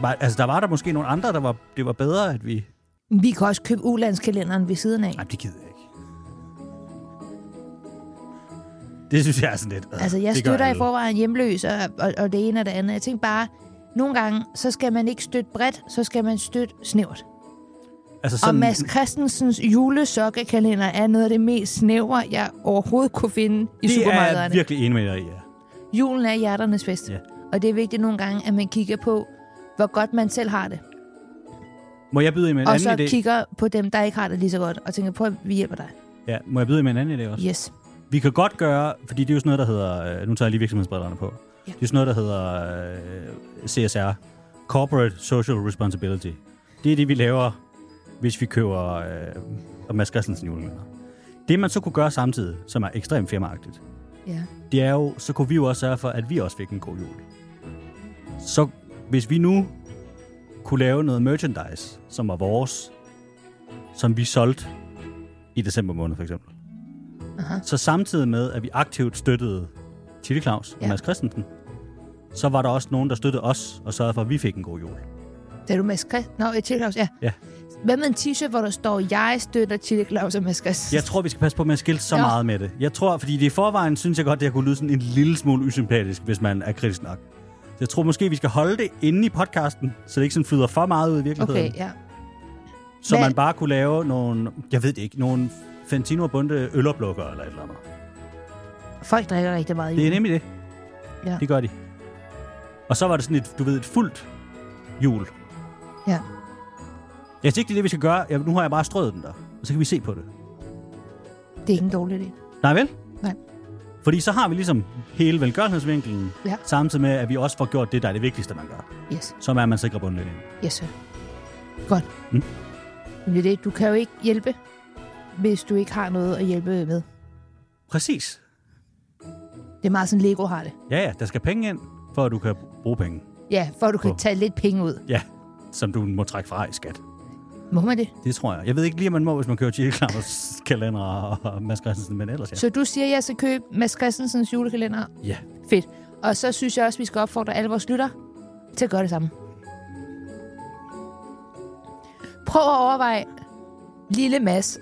Speaker 1: Var, altså, der var der måske nogle andre, der var, det var bedre, at vi...
Speaker 3: Vi kan også købe ulandskalenderen ved siden af.
Speaker 1: Nej, det gider jeg ikke. Det synes jeg er sådan lidt... øh,
Speaker 3: Altså, jeg
Speaker 1: det gør
Speaker 3: støtter i
Speaker 1: alle.
Speaker 3: forvejen hjemløs og, og, og det ene og det andet. Jeg tænkte bare, nogle gange, så skal man ikke støtte bredt, så skal man støtte snævert.
Speaker 1: Altså,
Speaker 3: Og
Speaker 1: sådan,
Speaker 3: Mads Christensens julesokkekalender er noget af det mest snævre, jeg overhovedet kunne finde i
Speaker 1: det er jeg
Speaker 3: supermarkederne.
Speaker 1: virkelig enig med dig i, ja.
Speaker 3: Julen er hjerternes fest.
Speaker 1: Ja.
Speaker 3: Og det er vigtigt nogle gange, at man kigger på, hvor godt man selv har det.
Speaker 1: Må jeg byde ind med en
Speaker 3: og
Speaker 1: anden
Speaker 3: så
Speaker 1: idé?
Speaker 3: kigger på dem, der ikke har det lige så godt, og tænker på, at vi hjælper dig.
Speaker 1: Ja, må jeg byde ind med en anden idé også?
Speaker 3: Yes.
Speaker 1: Vi kan godt gøre, fordi det er jo sådan noget, der hedder... øh, Nu tager jeg lige virksomhedsbrillerne på.
Speaker 3: Ja.
Speaker 1: Ja. Det er sådan noget, der hedder øh, CSR. Corporate Social Responsibility. Det er det, vi laver, hvis vi køber øh, Mads Christensen julemænder. Det, man så kunne gøre samtidig, som er ekstremt firmaagtigt,
Speaker 3: Ja.
Speaker 1: det er jo, så kunne vi jo også sørge for, at vi også fik en god jul. Så hvis vi nu kunne lave noget merchandise, som var vores, som vi solgte i december måned for eksempel. Aha. Så samtidig med, at vi aktivt støttede Tilly Claus ja.
Speaker 3: Ja.
Speaker 1: og Mads Christensen, så var der også nogen, der støttede os og sørgede for, at vi fik en god jul.
Speaker 3: Det er du Mads Christ... Nå, jeg Chili Claus, ja.
Speaker 1: Ja.
Speaker 3: Hvad med en t-shirt, hvor der står, jeg støtter Chili Claus og Mads Christ?
Speaker 1: Jeg tror, vi skal passe på med at skille så
Speaker 3: Nå.
Speaker 1: ja. meget med det. Jeg tror, fordi det i forvejen synes jeg godt, det har kunne lyde sådan en lille smule usympatisk, hvis man er kritisk nok. Så jeg tror måske, vi skal holde det inde i podcasten, så det ikke sådan flyder for meget ud i virkeligheden.
Speaker 3: Okay, ja.
Speaker 1: Så
Speaker 3: Hvad-
Speaker 1: man bare kunne lave nogle, jeg ved det ikke, nogle Fantino og Bunde øloplukker eller et eller andet.
Speaker 3: Folk drikker rigtig meget
Speaker 1: Det er
Speaker 3: jul.
Speaker 1: nemlig det.
Speaker 3: Ja.
Speaker 1: Det gør de. Og så var det sådan et, du ved, et fuldt jul.
Speaker 3: Ja.
Speaker 1: Jeg synes ikke, det er det, vi skal gøre. Ja, nu har jeg bare strøget den der, og så kan vi se på det.
Speaker 3: Det er ikke en dårlig idé.
Speaker 1: Nej vel?
Speaker 3: Nej.
Speaker 1: Fordi så har vi ligesom hele velgørenhedsvinkelen,
Speaker 3: Ja.
Speaker 1: samtidig med, at vi også får gjort det, der er det vigtigste, man gør.
Speaker 3: Yes,
Speaker 1: Som er, at man sikrer bundlinjen.
Speaker 3: yes sir. Godt.
Speaker 1: Mm.
Speaker 3: Men det er det, du kan jo ikke hjælpe, hvis du ikke har noget at hjælpe med.
Speaker 1: Præcis.
Speaker 3: Det er meget sådan, Lego har det.
Speaker 1: Ja, ja, der skal penge ind, for at du kan bruge penge.
Speaker 3: Ja, for at du kan
Speaker 1: Åh.
Speaker 3: tage lidt penge ud.
Speaker 1: Ja, som du må trække fra i skat.
Speaker 3: Må man det?
Speaker 1: Det tror jeg. Jeg ved ikke lige, om man må, hvis man kører Chili Claus kalender og, og Mads Christensen, men ellers ja.
Speaker 3: Så du siger, at jeg skal købe Mads Christensens julekalender?
Speaker 1: Ja, *laughs*
Speaker 3: Fedt. Og så synes jeg også, at vi skal opfordre alle vores lytter til at gøre det samme. Prøv at overveje lille Mads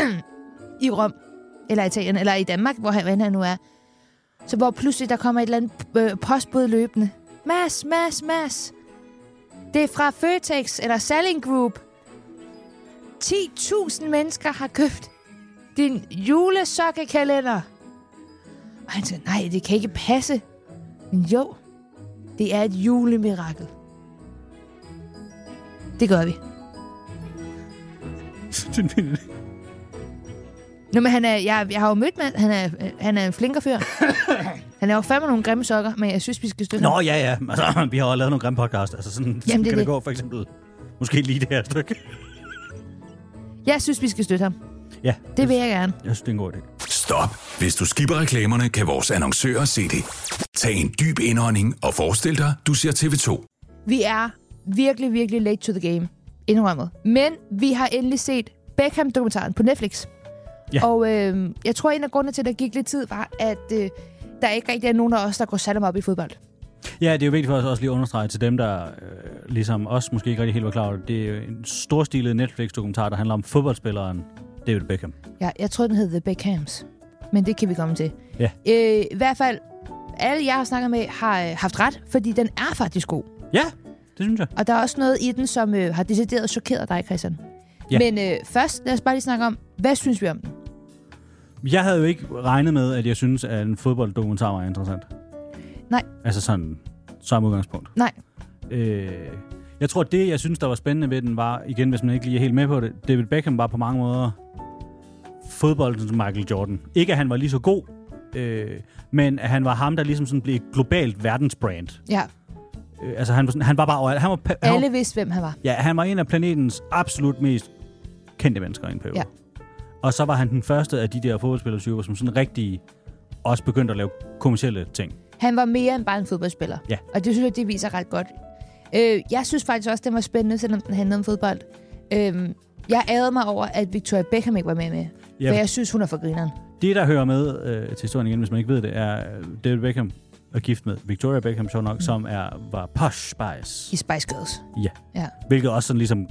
Speaker 3: *clears throat* i Rom, eller Italien, eller i Danmark, hvor han, han nu er. Så hvor pludselig der kommer et eller andet øh, postbud løbende. Mads, Mads, Mads. Det er fra Føtex, eller Selling Group. 10.000 mennesker har købt din julesokkekalender. Og han siger, nej, det kan ikke passe. Men jo, det er et julemirakel. Det gør vi. Nå, men han er, jeg, jeg har jo mødt mand. Han er, øh, han er en flinkere
Speaker 1: *coughs*
Speaker 3: fyr. han er jo fandme nogle grimme sokker, men jeg synes, vi skal støtte
Speaker 1: Nå
Speaker 3: ham.
Speaker 1: ja, ja. Altså, vi har jo lavet nogle grimme podcast. Altså sådan, Jamen, sådan
Speaker 3: det er
Speaker 1: det, kan det
Speaker 3: det.
Speaker 1: gå, for eksempel. Måske lige det her stykke.
Speaker 3: Jeg synes, vi skal støtte ham.
Speaker 1: Ja,
Speaker 3: Det vil jeg gerne.
Speaker 1: jeg synes, det er en god idé.
Speaker 2: Stop. Hvis du skipper reklamerne, kan vores annoncører se det. Tag en dyb indånding og forestil dig, du ser TV2.
Speaker 3: Vi er virkelig, virkelig late to the game. Indrømmet. Men vi har endelig set Beckham-dokumentaren på Netflix.
Speaker 1: Ja.
Speaker 3: Og øh, jeg tror, en af grundene til, at der gik lidt tid, var, at øh, der ikke rigtig er nogen af os, der går særlig meget op i fodbold.
Speaker 1: Ja, det er jo vigtigt for os også lige at understrege til dem, der øh, ligesom os måske ikke rigtig helt var klar over det. Det er jo en storstilet Netflix-dokumentar, der handler om fodboldspilleren David Beckham.
Speaker 3: Ja, jeg tror, den hed The Beckhams. Men det kan vi komme til.
Speaker 1: Ja.
Speaker 3: Øh, I hvert fald, alle jeg har snakket med har øh, haft ret, fordi den er faktisk god.
Speaker 1: Ja, det synes jeg.
Speaker 3: Og der er også noget i den, som øh, har decideret chokeret dig, Christian.
Speaker 1: Ja.
Speaker 3: Men øh, først, lad os bare lige snakke om, hvad synes vi om den?
Speaker 1: Jeg havde jo ikke regnet med, at jeg synes, at en fodbolddokumentar var interessant.
Speaker 3: Nej.
Speaker 1: Altså sådan, som udgangspunkt.
Speaker 3: Nej,
Speaker 1: Øh, jeg tror, det, jeg synes, der var spændende ved den, var, igen, hvis man ikke lige er helt med på det, David Beckham var på mange måder fodboldens Michael Jordan. Ikke, at han var lige så god, øh, men at han var ham, der ligesom sådan blev et globalt verdensbrand.
Speaker 3: ja.
Speaker 1: Øh, altså, han var, sådan, han var bare overalt. Han var, pa- han,
Speaker 3: Alle
Speaker 1: var,
Speaker 3: vidste, hvem han var.
Speaker 1: ja, han var en af planetens absolut mest kendte mennesker i en periode.
Speaker 3: Ja.
Speaker 1: Og så var han den første af de der fodboldspillertyper, som sådan rigtig også begyndte at lave kommersielle ting.
Speaker 3: Han var mere end bare en fodboldspiller.
Speaker 1: Ja.
Speaker 3: Og det synes jeg, det viser ret godt. Øh, jeg synes faktisk også, den var spændende, selvom den handlede om fodbold. Øh, jeg ærede mig over, at Victoria Beckham ikke var med med.
Speaker 1: Ja.
Speaker 3: For jeg synes, hun er for grineren.
Speaker 1: Det, der hører med øh, til historien igen, hvis man ikke ved det, er øh, David Beckham er gift med Victoria Beckham, sjov nok, som er, var posh
Speaker 3: I
Speaker 1: spice.
Speaker 3: Spice Girls.
Speaker 1: Ja.
Speaker 3: Ja.
Speaker 1: Hvilket også sådan ligesom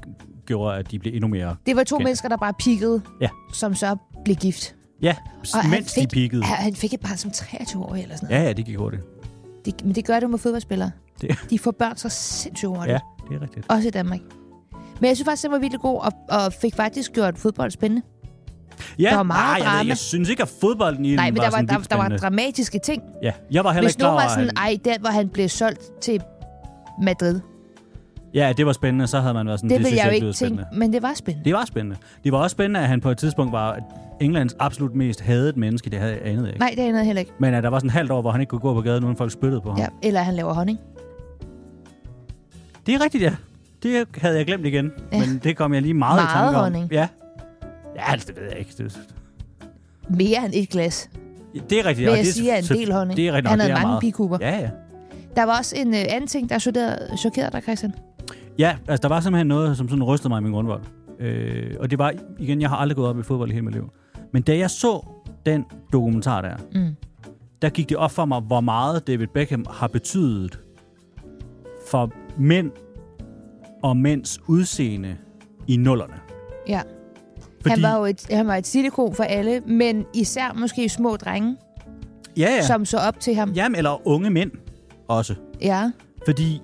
Speaker 1: gjorde, at de blev endnu mere...
Speaker 3: Det var to
Speaker 1: Ja.
Speaker 3: okay. mennesker, der bare pikkede,
Speaker 1: Ja.
Speaker 3: som så blev gift.
Speaker 1: Ja,
Speaker 3: Og
Speaker 1: og mens
Speaker 3: han
Speaker 1: de
Speaker 3: fik,
Speaker 1: peakede.
Speaker 3: Han, han fik et barn som 23 år eller sådan noget.
Speaker 1: Ja, ja, det gik hurtigt.
Speaker 3: Ja. Det, men det gør det med fodboldspillere.
Speaker 1: Det,
Speaker 3: De får børn så sindssygt hurtigt.
Speaker 1: ja, det er rigtigt.
Speaker 3: Også i Danmark. Men jeg synes faktisk, den var virkelig god, og, og fik faktisk gjort fodbold spændende.
Speaker 1: Ja,
Speaker 3: der var meget
Speaker 1: nej, jeg, ved-
Speaker 3: drama.
Speaker 1: jeg synes ikke, at fodbolden i den
Speaker 3: Nej, men
Speaker 1: var
Speaker 3: der var,
Speaker 1: sådan
Speaker 3: der,
Speaker 1: vildt
Speaker 3: der var
Speaker 1: spændende.
Speaker 3: dramatiske ting.
Speaker 1: Ja, jeg var heller
Speaker 3: Hvis
Speaker 1: ikke klar
Speaker 3: nogen
Speaker 1: over,
Speaker 3: var sådan,
Speaker 1: at-
Speaker 3: ej, der hvor han blev solgt til Madrid.
Speaker 1: Ja, det var spændende, så havde man været sådan,
Speaker 3: Det,
Speaker 1: det, det
Speaker 3: ville
Speaker 1: synes
Speaker 3: jeg
Speaker 1: jeg
Speaker 3: jo
Speaker 1: ikke
Speaker 3: ikke
Speaker 1: lyder
Speaker 3: tænke,
Speaker 1: spændende.
Speaker 3: men det var spændende.
Speaker 1: Det var spændende. Det var også spændende, at han på et tidspunkt var Englands absolut mest hadet menneske, det havde jeg anet ikke.
Speaker 3: Nej, det er noget heller ikke.
Speaker 1: Men at der var sådan et halvt år, hvor han ikke kunne gå på gaden, uden folk spyttede på ham.
Speaker 3: Ja, eller han laver honning.
Speaker 1: Det er rigtigt, ja. Det havde jeg glemt igen,
Speaker 3: Ja.
Speaker 1: ja. men det kom jeg lige meget,
Speaker 3: Meget
Speaker 1: i tanke om.
Speaker 3: honning.
Speaker 1: Ja. Ja, altså, det ved jeg ikke. Det,
Speaker 3: Mere end et glas.
Speaker 1: det er rigtigt.
Speaker 3: Vil
Speaker 1: og
Speaker 3: jeg
Speaker 1: det, er-
Speaker 3: sige, er en
Speaker 1: så-
Speaker 3: del honning.
Speaker 1: Det er rigtigt,
Speaker 3: Han
Speaker 1: nok,
Speaker 3: havde
Speaker 1: det er
Speaker 3: mange
Speaker 1: meget.
Speaker 3: bikuber.
Speaker 1: Ja, ja.
Speaker 3: Der var også en øh, anden ting, der chokerede, chokerede dig, Christian.
Speaker 1: Ja, altså der var simpelthen noget, som sådan rystede mig i min grundvold. Øh, og det var, igen, jeg har aldrig gået op i fodbold i hele mit liv. Men da jeg så den dokumentar der,
Speaker 3: Mm.
Speaker 1: der gik det op for mig, hvor meget David Beckham har betydet for mænd og mænds udseende i nullerne.
Speaker 3: Ja.
Speaker 1: Fordi,
Speaker 3: Han var jo et, han var et silikon for alle, men især måske små drenge,
Speaker 1: ja, ja,
Speaker 3: ja. som så op til ham. Ja.
Speaker 1: jamen, eller unge mænd også.
Speaker 3: ja.
Speaker 1: Fordi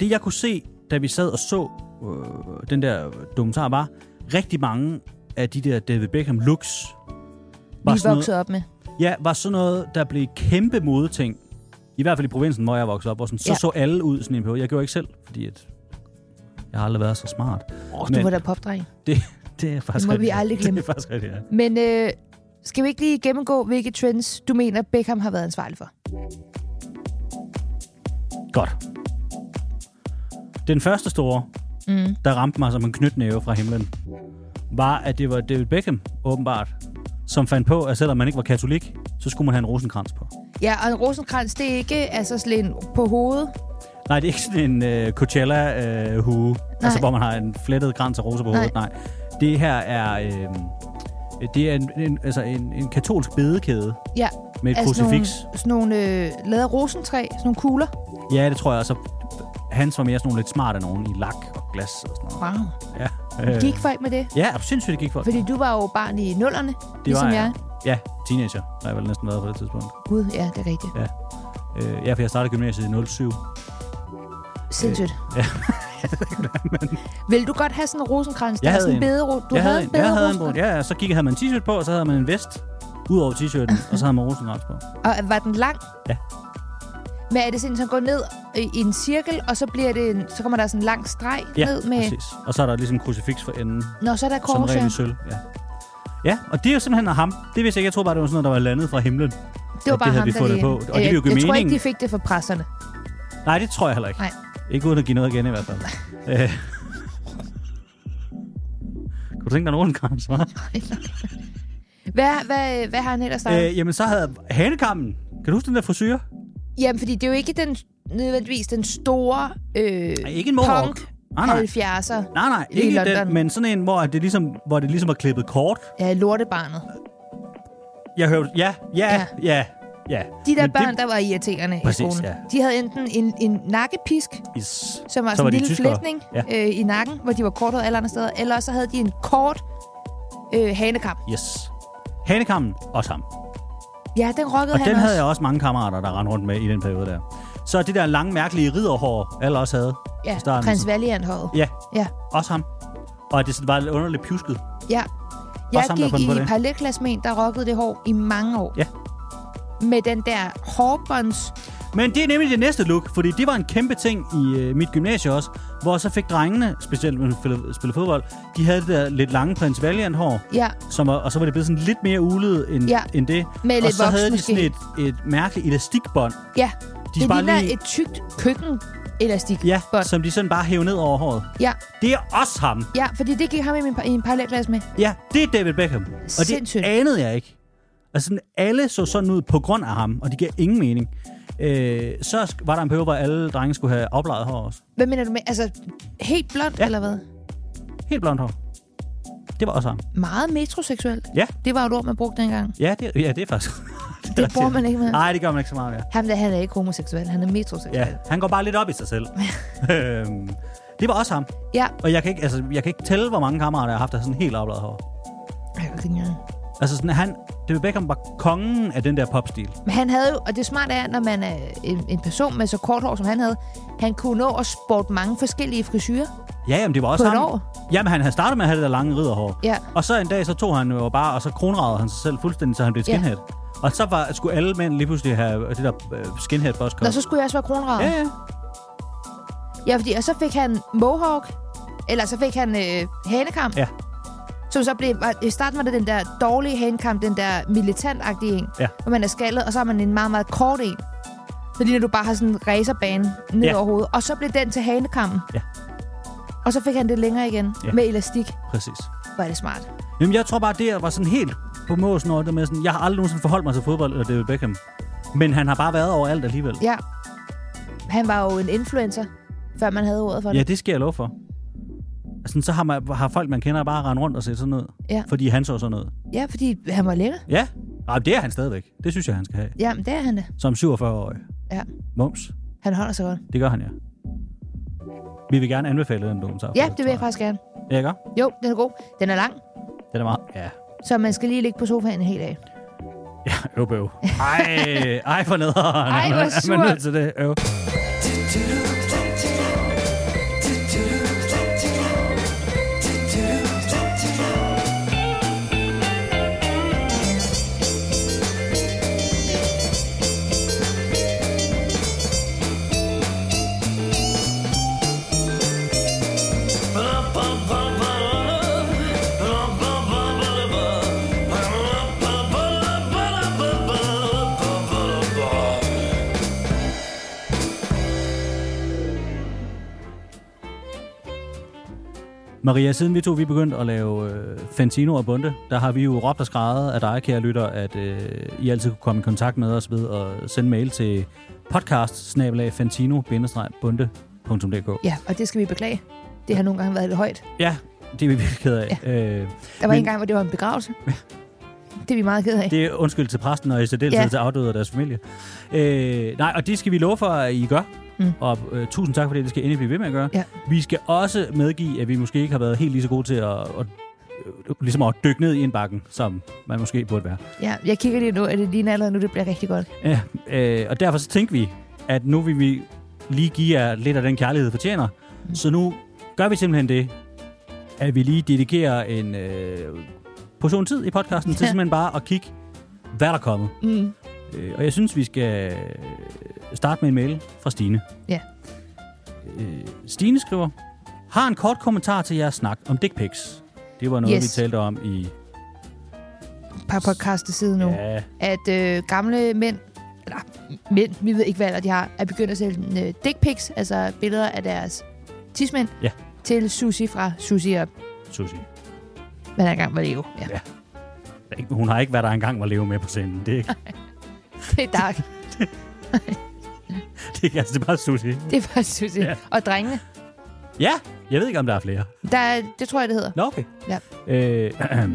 Speaker 1: det, jeg kunne se, da vi sad og så øh, den der dokumentar, var rigtig mange af de der David Beckham looks.
Speaker 3: Vi er
Speaker 1: sådan noget-
Speaker 3: vokset op med.
Speaker 1: Ja, var sådan noget, der blev kæmpe modeting. I hvert fald i provinsen, hvor jeg voksede op. Hvor sådan, så
Speaker 3: Ja.
Speaker 1: ja. så alle ud sådan en periode. Jeg gjorde ikke selv, fordi at jeg Jeg har aldrig været så smart.
Speaker 3: Oh, du
Speaker 1: Men-
Speaker 3: var da popdreng.
Speaker 1: Det, det er faktisk
Speaker 3: Det må
Speaker 1: rigtigt.
Speaker 3: vi aldrig glemme.
Speaker 1: *laughs* Det er faktisk rigtigt, ja.
Speaker 3: Men øh, skal vi ikke lige gennemgå, hvilke trends du mener, Beckham har været ansvarlig for?
Speaker 1: Godt. Den første store, mm. der ramte mig som en knytnæve fra himlen, var, at det var David Beckham, åbenbart, som fandt på, at selvom man ikke var katolik, så skulle man have en rosenkrans på.
Speaker 3: Ja, og en rosenkrans, det er ikke altså sådan en på hovedet.
Speaker 1: Nej, det er ikke sådan en øh, Coachella-hue, altså hvor man har en flettet krans af roser på hovedet. Nej. Det her er, øh, det er en, en, altså en, en katolsk bedekæde
Speaker 3: Ja,
Speaker 1: med et
Speaker 3: af sådan Altså, nogle,
Speaker 1: krucifiks.
Speaker 3: sådan nogle øh, lavet af rosentræ, sådan nogle kugler.
Speaker 1: Ja, det tror jeg også. Hans var mere sådan nogle lidt smarte nogen i lak og glas og sådan noget.
Speaker 3: Wow.
Speaker 1: Ja,
Speaker 3: Øh. Gik folk med det?
Speaker 1: ja og sindssygt, det gik for.
Speaker 3: Fordi du var jo barn i nullerne,
Speaker 1: Det
Speaker 3: ligesom
Speaker 1: var
Speaker 3: jeg.
Speaker 1: Ja, teenager har jeg vel næsten været på det tidspunkt.
Speaker 3: Gud, ja, det er rigtigt.
Speaker 1: Ja, øh, ja for jeg startede gymnasiet i 07.
Speaker 3: Sindssygt.
Speaker 1: Øh,
Speaker 3: Ja.
Speaker 1: *laughs*
Speaker 3: Vil du godt have sådan en rosenkrans?
Speaker 1: Jeg
Speaker 3: der er
Speaker 1: havde
Speaker 3: sådan
Speaker 1: en.
Speaker 3: bedero- Du
Speaker 1: jeg
Speaker 3: havde,
Speaker 1: en,
Speaker 3: en bedre
Speaker 1: jeg havde en,
Speaker 3: rosenkrans?
Speaker 1: brun- ja, ja, så gik, havde man en t-shirt på, og så havde man en vest ud over t-shirten, og så havde man rosenkrans på.
Speaker 3: Og var den lang?
Speaker 1: Ja.
Speaker 3: Men er det sådan, som går ned øh, i en cirkel, og så, bliver det en, så kommer der sådan en lang streg
Speaker 1: Ja,
Speaker 3: ned med...
Speaker 1: præcis. Og så er der ligesom krucifiks for enden,
Speaker 3: Nå, så er der
Speaker 1: som regel i
Speaker 3: korset.
Speaker 1: sølv. Ja. ja, og det er jo simpelthen af ham. Det vidste jeg ikke. Jeg troede bare, det var sådan noget, der var landet fra himlen.
Speaker 3: Det var
Speaker 1: at
Speaker 3: bare
Speaker 1: det havde
Speaker 3: ham,
Speaker 1: vi
Speaker 3: der
Speaker 1: fundet
Speaker 3: lige...
Speaker 1: på. Og det ville jo give
Speaker 3: jeg tror
Speaker 1: mening.
Speaker 3: ikke, de fik det fra presserne.
Speaker 1: Nej, det tror jeg heller ikke.
Speaker 3: Nej.
Speaker 1: Ikke uden at give noget igen i hvert fald.
Speaker 3: *laughs*
Speaker 1: Øh. Kunne du tænke dig en rosenkrans, hva'?
Speaker 3: Hvad, hvad, hvad har han ellers startet? Øh.
Speaker 1: Øh, jamen, så havde jeg hanekammen. Kan du huske den der frisyr?
Speaker 3: Jamen, fordi det er jo ikke den, nødvendigvis den store øh,
Speaker 1: Ej, ikke en mohawk.
Speaker 3: punk
Speaker 1: Nej, Ah, nej.
Speaker 3: 70'er.
Speaker 1: Nej, nej,
Speaker 3: Lige
Speaker 1: ikke
Speaker 3: London.
Speaker 1: den, men sådan en, hvor det ligesom, hvor det ligesom er klippet kort.
Speaker 3: Ja, lortebarnet.
Speaker 1: Jeg hørte, ja, ja, ja, ja. ja.
Speaker 3: De der
Speaker 1: Men
Speaker 3: børn,
Speaker 1: det,
Speaker 3: der var irriterende
Speaker 1: Præcis,
Speaker 3: i skolen,
Speaker 1: ja.
Speaker 3: de havde enten en, en nakkepisk,
Speaker 1: Yes.
Speaker 3: som var
Speaker 1: Så
Speaker 3: sådan
Speaker 1: var
Speaker 3: en
Speaker 1: de
Speaker 3: lille
Speaker 1: tyskere.
Speaker 3: flætning
Speaker 1: Ja.
Speaker 3: øh, i nakken, hvor de var korthåret alle andre steder, eller så havde de en kort øh, hanekamp.
Speaker 1: Yes. Hanekammen, også ham. Og
Speaker 3: Ja, den rockede han
Speaker 1: den
Speaker 3: også.
Speaker 1: havde jeg også mange kammerater, der rendte rundt med i den periode der. Så det der lange, mærkelige ridderhår, alle også havde. i
Speaker 3: Ja,
Speaker 1: starten.
Speaker 3: prins Valiant håret.
Speaker 1: Ja,
Speaker 3: Ja.
Speaker 1: også ham. Og at det sådan var lidt underligt pjusket.
Speaker 3: ja. Jeg
Speaker 1: ham, der
Speaker 3: gik
Speaker 1: fandt på
Speaker 3: i
Speaker 1: det.
Speaker 3: parallelklasse med en, der rockede det hår i mange år.
Speaker 1: Ja.
Speaker 3: Med den der hårbånds...
Speaker 1: Men det er nemlig det næste look, fordi det var en kæmpe ting i øh, mit gymnasie også, hvor så fik drengene, specielt når de spillede- spillede fodbold, de havde det der lidt lange prins Valiant-hår.
Speaker 3: Ja,
Speaker 1: som var, og så var det blevet sådan lidt mere ulet end,
Speaker 3: Ja.
Speaker 1: ja. end det.
Speaker 3: Med
Speaker 1: og
Speaker 3: lidt
Speaker 1: så havde de
Speaker 3: voksen
Speaker 1: sådan et, et mærkeligt elastikbånd,
Speaker 3: ja.
Speaker 1: De
Speaker 3: det
Speaker 1: sparer
Speaker 3: ligner
Speaker 1: lige-
Speaker 3: et tykt køkken-elastik.
Speaker 1: ja,
Speaker 3: bånd.
Speaker 1: som de sådan bare hævde ned over håret.
Speaker 3: ja.
Speaker 1: Det er også ham.
Speaker 3: Ja, fordi det gik ham i, min, par- i en parallelklasse med.
Speaker 1: Ja, det er David Beckham. Og
Speaker 3: Sindssygt.
Speaker 1: det anede jeg ikke. Altså, sådan, alle så sådan ud på grund af ham, og det giver ingen mening. Øh, så sk- var der en periode, hvor alle drenge skulle have oplejet hår også.
Speaker 3: Hvad mener du med? Altså, helt blond, ja.
Speaker 1: Ja.
Speaker 3: eller hvad?
Speaker 1: Helt blondt hår. Det var også ham.
Speaker 3: Meget metroseksuelt.
Speaker 1: Ja.
Speaker 3: Det var et ord, man brugte dengang.
Speaker 1: Ja, det, ja, det er faktisk... *laughs*
Speaker 3: Det bruger man ikke mere.
Speaker 1: Nej, det gør man ikke så meget mere.
Speaker 3: Ham der, han er ikke homoseksuel, han er metroseksuel.
Speaker 1: Ja, han går bare lidt op i sig selv. *laughs* øhm, det var også ham.
Speaker 3: ja.
Speaker 1: Og jeg kan ikke, altså, jeg kan ikke tælle, hvor mange kammerater, jeg har haft, der er sådan helt opladet hår.
Speaker 3: Jeg kan ikke engang-
Speaker 1: Altså sådan, han, David Beckham var kongen af den der popstil.
Speaker 3: Men han havde jo, og det smarte er, når man er en, en person med så kort hår, som han havde, han kunne nå at sporte mange forskellige frisyrer.
Speaker 1: Ja, jamen, det var også
Speaker 3: På et
Speaker 1: ham.
Speaker 3: år?
Speaker 1: Jamen, han havde startet med at have det der lange ridderhår.
Speaker 3: Ja.
Speaker 1: Og så en dag, så tog han jo bare, og så kronragede han sig selv fuldstændig, så han blev et
Speaker 3: Ja.
Speaker 1: skinhead. Og så var, skulle alle mænd lige pludselig have det der øh, skinhead buzzcut.
Speaker 3: Nå, så skulle jeg også være kronrager.
Speaker 1: Ja, ja.
Speaker 3: ja fordi, og så fik han mohawk, eller så fik han øh, hanekamp.
Speaker 1: Ja.
Speaker 3: Som så blev, var, i starten var det den der dårlige hanekamp, den der militantagtige en,
Speaker 1: Ja.
Speaker 3: hvor man er skaldet, og så har man en meget, meget kort en. Så lige når du bare har sådan en racerbane ned
Speaker 1: Ja.
Speaker 3: over hovedet. Og så blev den til hanekampen.
Speaker 1: Ja.
Speaker 3: Og så fik han det længere igen
Speaker 1: Ja.
Speaker 3: med elastik.
Speaker 1: Præcis.
Speaker 3: Hvor er det smart.
Speaker 1: Jamen, jeg tror bare, det jeg var sådan helt på måsen over det med sådan, jeg har aldrig nogensinde forholdt mig til fodbold eller David Beckham. Men han har bare været overalt alligevel.
Speaker 3: Ja. Han var jo en influencer, før man havde ordet for det.
Speaker 1: Ja, det skal jeg love for. Altså, Sådan, så har, man, har folk, man kender, bare rendt rundt og set sådan noget.
Speaker 3: Ja.
Speaker 1: Fordi han så sådan noget.
Speaker 3: Ja, fordi han var lækker.
Speaker 1: Ja, Ej, det er han stadigvæk. Det synes jeg, han skal have.
Speaker 3: Jamen, det er han da.
Speaker 1: Som 47-årig.
Speaker 3: Ja.
Speaker 1: Mums.
Speaker 3: Han holder sig godt.
Speaker 1: Det gør han, ja. Vi vil gerne anbefale den dokumentar.
Speaker 3: Ja, det vil jeg faktisk gerne.
Speaker 1: Ja, ikke?
Speaker 3: Jo, den er god. Den er lang,
Speaker 1: Den er meget... Ja.
Speaker 3: så man skal lige ligge på sofaen en hel dag.
Speaker 1: Øv,
Speaker 3: *laughs*
Speaker 1: bøv. Ej, ej for nederen.
Speaker 3: Ej, hvor
Speaker 1: Er *laughs* man nødt
Speaker 3: surt.
Speaker 1: til det? Øv. Maria, siden vi to vi begyndte at lave øh, Fantino og Bunde, der har vi jo råbt og skrevet af dig, kære lytter, at øh, I altid kunne komme i kontakt med os ved at sende mail til podcast bundedk
Speaker 3: Ja, og det skal vi beklage. Det har nogle gange været lidt højt.
Speaker 1: Ja, det er vi virkelig ked af. Ja. Øh,
Speaker 3: Der var
Speaker 1: Men-
Speaker 3: Men... en gang, hvor det var en
Speaker 1: *laughs*
Speaker 3: begravelse. Det er vi meget ked af.
Speaker 1: det er undskyld til præsten og i særdeleshed ja.
Speaker 3: Ja.
Speaker 1: til afdøde og deres familie. Øh, nej, og det skal vi love for, at I gør. Mm.
Speaker 3: Mm.
Speaker 1: Og øh, tusind tak for det, det skal I endelig blive ved med at gøre.
Speaker 3: Ja.
Speaker 1: Vi skal også medgive, at vi måske ikke har været helt lige så gode til at, at, øh, ligesom at dykke ned i indbakken, som man måske burde være.
Speaker 3: Ja, jeg kigger lige nu, at det ligner allerede nu, det bliver rigtig godt.
Speaker 1: Ja, øh, og derfor så tænkte vi, at nu vil vi lige give jer lidt af den kærlighed, I fortjener. Så nu gør vi simpelthen det, at vi lige dedikerer en øh, portion tid i podcasten til
Speaker 3: Ja.
Speaker 1: simpelthen bare at kigge, hvad der er kommet.
Speaker 3: Mm.
Speaker 1: Øh, og jeg synes, vi skal starte med en mail fra Stine.
Speaker 3: Ja.
Speaker 1: Øh, Stine skriver, har en kort kommentar til jeres snak om dick pics. Det var noget,
Speaker 3: Yes.
Speaker 1: vi talte om i...
Speaker 3: Et par podcast siden nu.
Speaker 1: Ja,
Speaker 3: at øh, gamle mænd, eller mænd, vi ved ikke, hvad alder de har, er begyndt at sælge øh, dick pics, altså billeder af deres tidsmænd,
Speaker 1: Ja.
Speaker 3: til Susi fra Susi og
Speaker 1: Susie.
Speaker 3: hvad der engang var Leo. Ja.
Speaker 1: Ja. Ikke- Hun har ikke været der engang var leve med på scenen. Det er, ikke-
Speaker 3: Det er
Speaker 1: *laughs*
Speaker 3: dark.
Speaker 1: det, er, ikke- altså, det er bare Susie.
Speaker 3: Det er bare Susi.
Speaker 1: Ja.
Speaker 3: Ja. Og drengene,
Speaker 1: Ja, jeg ved ikke, om der er flere.
Speaker 3: der, er- det tror jeg, det hedder.
Speaker 1: Nå, okay.
Speaker 3: Ja.
Speaker 1: Øh, *clears throat*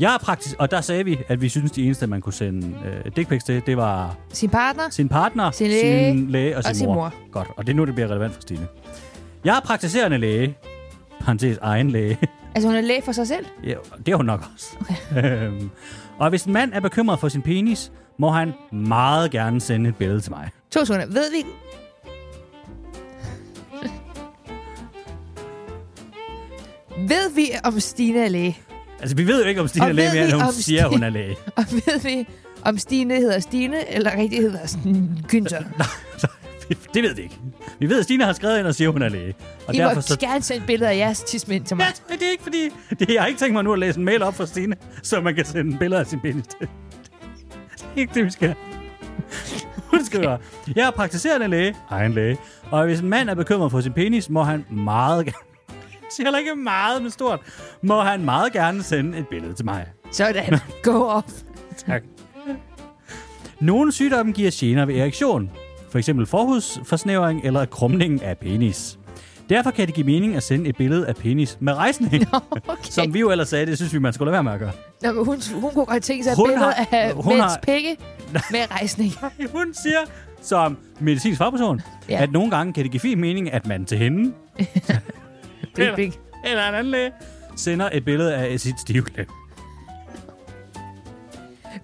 Speaker 1: jeg er praktisk, og der sagde vi, at vi synes, de eneste, man kunne sende øh, dick pics til, det var
Speaker 3: Sin partner,
Speaker 1: sin partner,
Speaker 3: Sin læge
Speaker 1: sin, læge og,
Speaker 3: og sin mor.
Speaker 1: Godt, og det er nu, det bliver relevant for Stine. Jeg er praktiserende læge. Parenthes egen læge. *laughs*
Speaker 3: altså hun er læge for sig selv.
Speaker 1: Ja, det er hun nok også. Okay. *laughs* Øhm, og hvis en mand er bekymret for sin penis, må han meget gerne sende et billede til mig.
Speaker 3: To sekunder. Ved vi... Ved vi, om Stine er læge?
Speaker 1: Altså, vi ved jo ikke, om Stine
Speaker 3: Og
Speaker 1: er læge
Speaker 3: ved
Speaker 1: mere,
Speaker 3: vi,
Speaker 1: end hun
Speaker 3: om
Speaker 1: siger,
Speaker 3: Stine-
Speaker 1: hun er læge.
Speaker 3: Og ved vi, om Stine hedder Stine, eller rigtig hedder Sn- Günther?
Speaker 1: *laughs* Så, det ved vi ikke. Vi ved, at Stine har skrevet ind og siger, hun er læge. Og
Speaker 3: I
Speaker 1: derfor
Speaker 3: må
Speaker 1: så...
Speaker 3: gerne sende billeder af jeres tidsmænd til mig.
Speaker 1: Ja, men det er ikke fordi... Det, jeg har ikke tænkt mig nu at læse en mail op fra Stine, så man kan sende billeder af sin penis *laughs* til. Det er ikke det, vi skal. Hun skriver, jeg er praktiserende læge, egen læge, og hvis en mand er bekymret for sin penis, må han meget gerne... *laughs* Jeg siger heller ikke meget, men stort. Må han meget gerne sende et billede til mig.
Speaker 3: Sådan. Go off.
Speaker 1: Tak. Nogle sygdomme giver gener ved erektion. For eksempel forhudsforsnævring eller krumning af penis. Derfor kan det give mening at sende et billede af penis med rejsning.
Speaker 3: *laughs*
Speaker 1: No.
Speaker 3: Okay.
Speaker 1: Som vi jo ellers sagde, det synes vi, man skulle lade være med at gøre.
Speaker 3: Nå, men hun, hun kunne godt tænke sig et
Speaker 1: Hun
Speaker 3: billede
Speaker 1: har-
Speaker 3: af
Speaker 1: hun
Speaker 3: mænds
Speaker 1: har-
Speaker 3: har...
Speaker 1: *laughs*
Speaker 3: pikke med rejsning.
Speaker 1: Hun siger, som medicinsk fagperson, ja.
Speaker 3: Ja.
Speaker 1: at nogle gange kan det give fin mening, at man til hende
Speaker 3: Big, big.
Speaker 1: eller en anden læge sender et billede af sit stivklæb.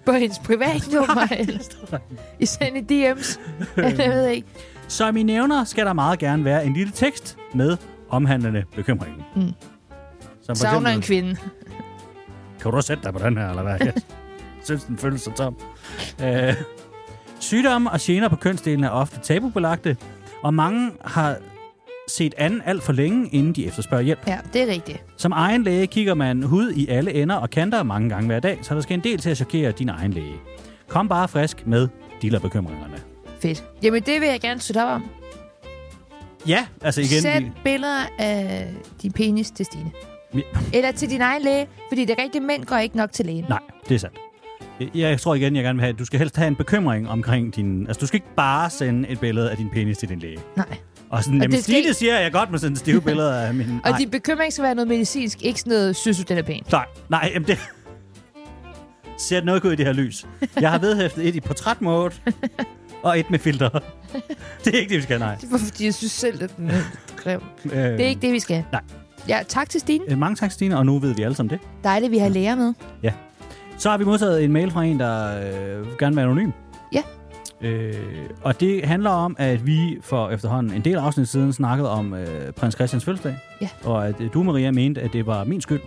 Speaker 3: På hendes privatnummer. eller- I sender
Speaker 1: *laughs*
Speaker 3: DM's. Eller Jeg ved ikke.
Speaker 1: Som I nævner, skal der meget gerne være en lille tekst med omhandlende bekymringen. Mm. Som for
Speaker 3: Savner en kvinde.
Speaker 1: kan du sætte dig på den her, eller hvad? Jeg synes, den føles så tom. Øh, sygdomme og gener på kønsdelen er ofte tabubelagte, og mange har set anden alt for længe, inden de efterspørger hjælp.
Speaker 3: Ja, det er rigtigt.
Speaker 1: Som egen læge kigger man hud i alle ender og kanter mange gange hver dag, så der skal en del til at chokere din egen læge. Kom bare frisk med dealerbekymringerne.
Speaker 3: Fedt. Jamen, det vil jeg gerne støtte op om.
Speaker 1: Ja, altså igen...
Speaker 3: Send billeder af din penis til Stine.
Speaker 1: Vi,
Speaker 3: Eller til din egen læge, fordi det rigtige mænd går ikke nok til lægen.
Speaker 1: nej, det er sandt. Jeg tror igen, jeg gerne vil have, at du skal helst have en bekymring omkring din... Altså, du skal ikke bare sende et billede af din penis til din læge.
Speaker 3: Nej.
Speaker 1: Og sådan, jamen,
Speaker 3: det skal
Speaker 1: Stine
Speaker 3: ikke-
Speaker 1: siger, at jeg godt må sende stive billeder af min...
Speaker 3: Og
Speaker 1: Nej,
Speaker 3: din bekymring skal være noget medicinsk, ikke sådan noget, synes du, den er pæn.
Speaker 1: nej, nej, jamen det... Ser noget ud i det her lys. Jeg har vedhæftet et i portrætmode, og et med filter. *laughs* Det er ikke det, vi skal, nej.
Speaker 3: Det var, fordi jeg synes selv, at den er grim. Det er ikke det, vi skal.
Speaker 1: nej.
Speaker 3: Ja, tak til Stine.
Speaker 1: Øh, Mange tak, Stine, og nu ved vi alle sammen det.
Speaker 3: Dejligt, vi har læger med.
Speaker 1: Så har vi modtaget en mail fra en, der øh, gerne vil være anonym.
Speaker 3: Ja.
Speaker 1: Øh, og det handler om, at vi for efterhånden en del afsnit siden snakkede om øh, prins Christians fødselsdag.
Speaker 3: Ja.
Speaker 1: Og at øh, du, Maria, mente, at det var min skyld,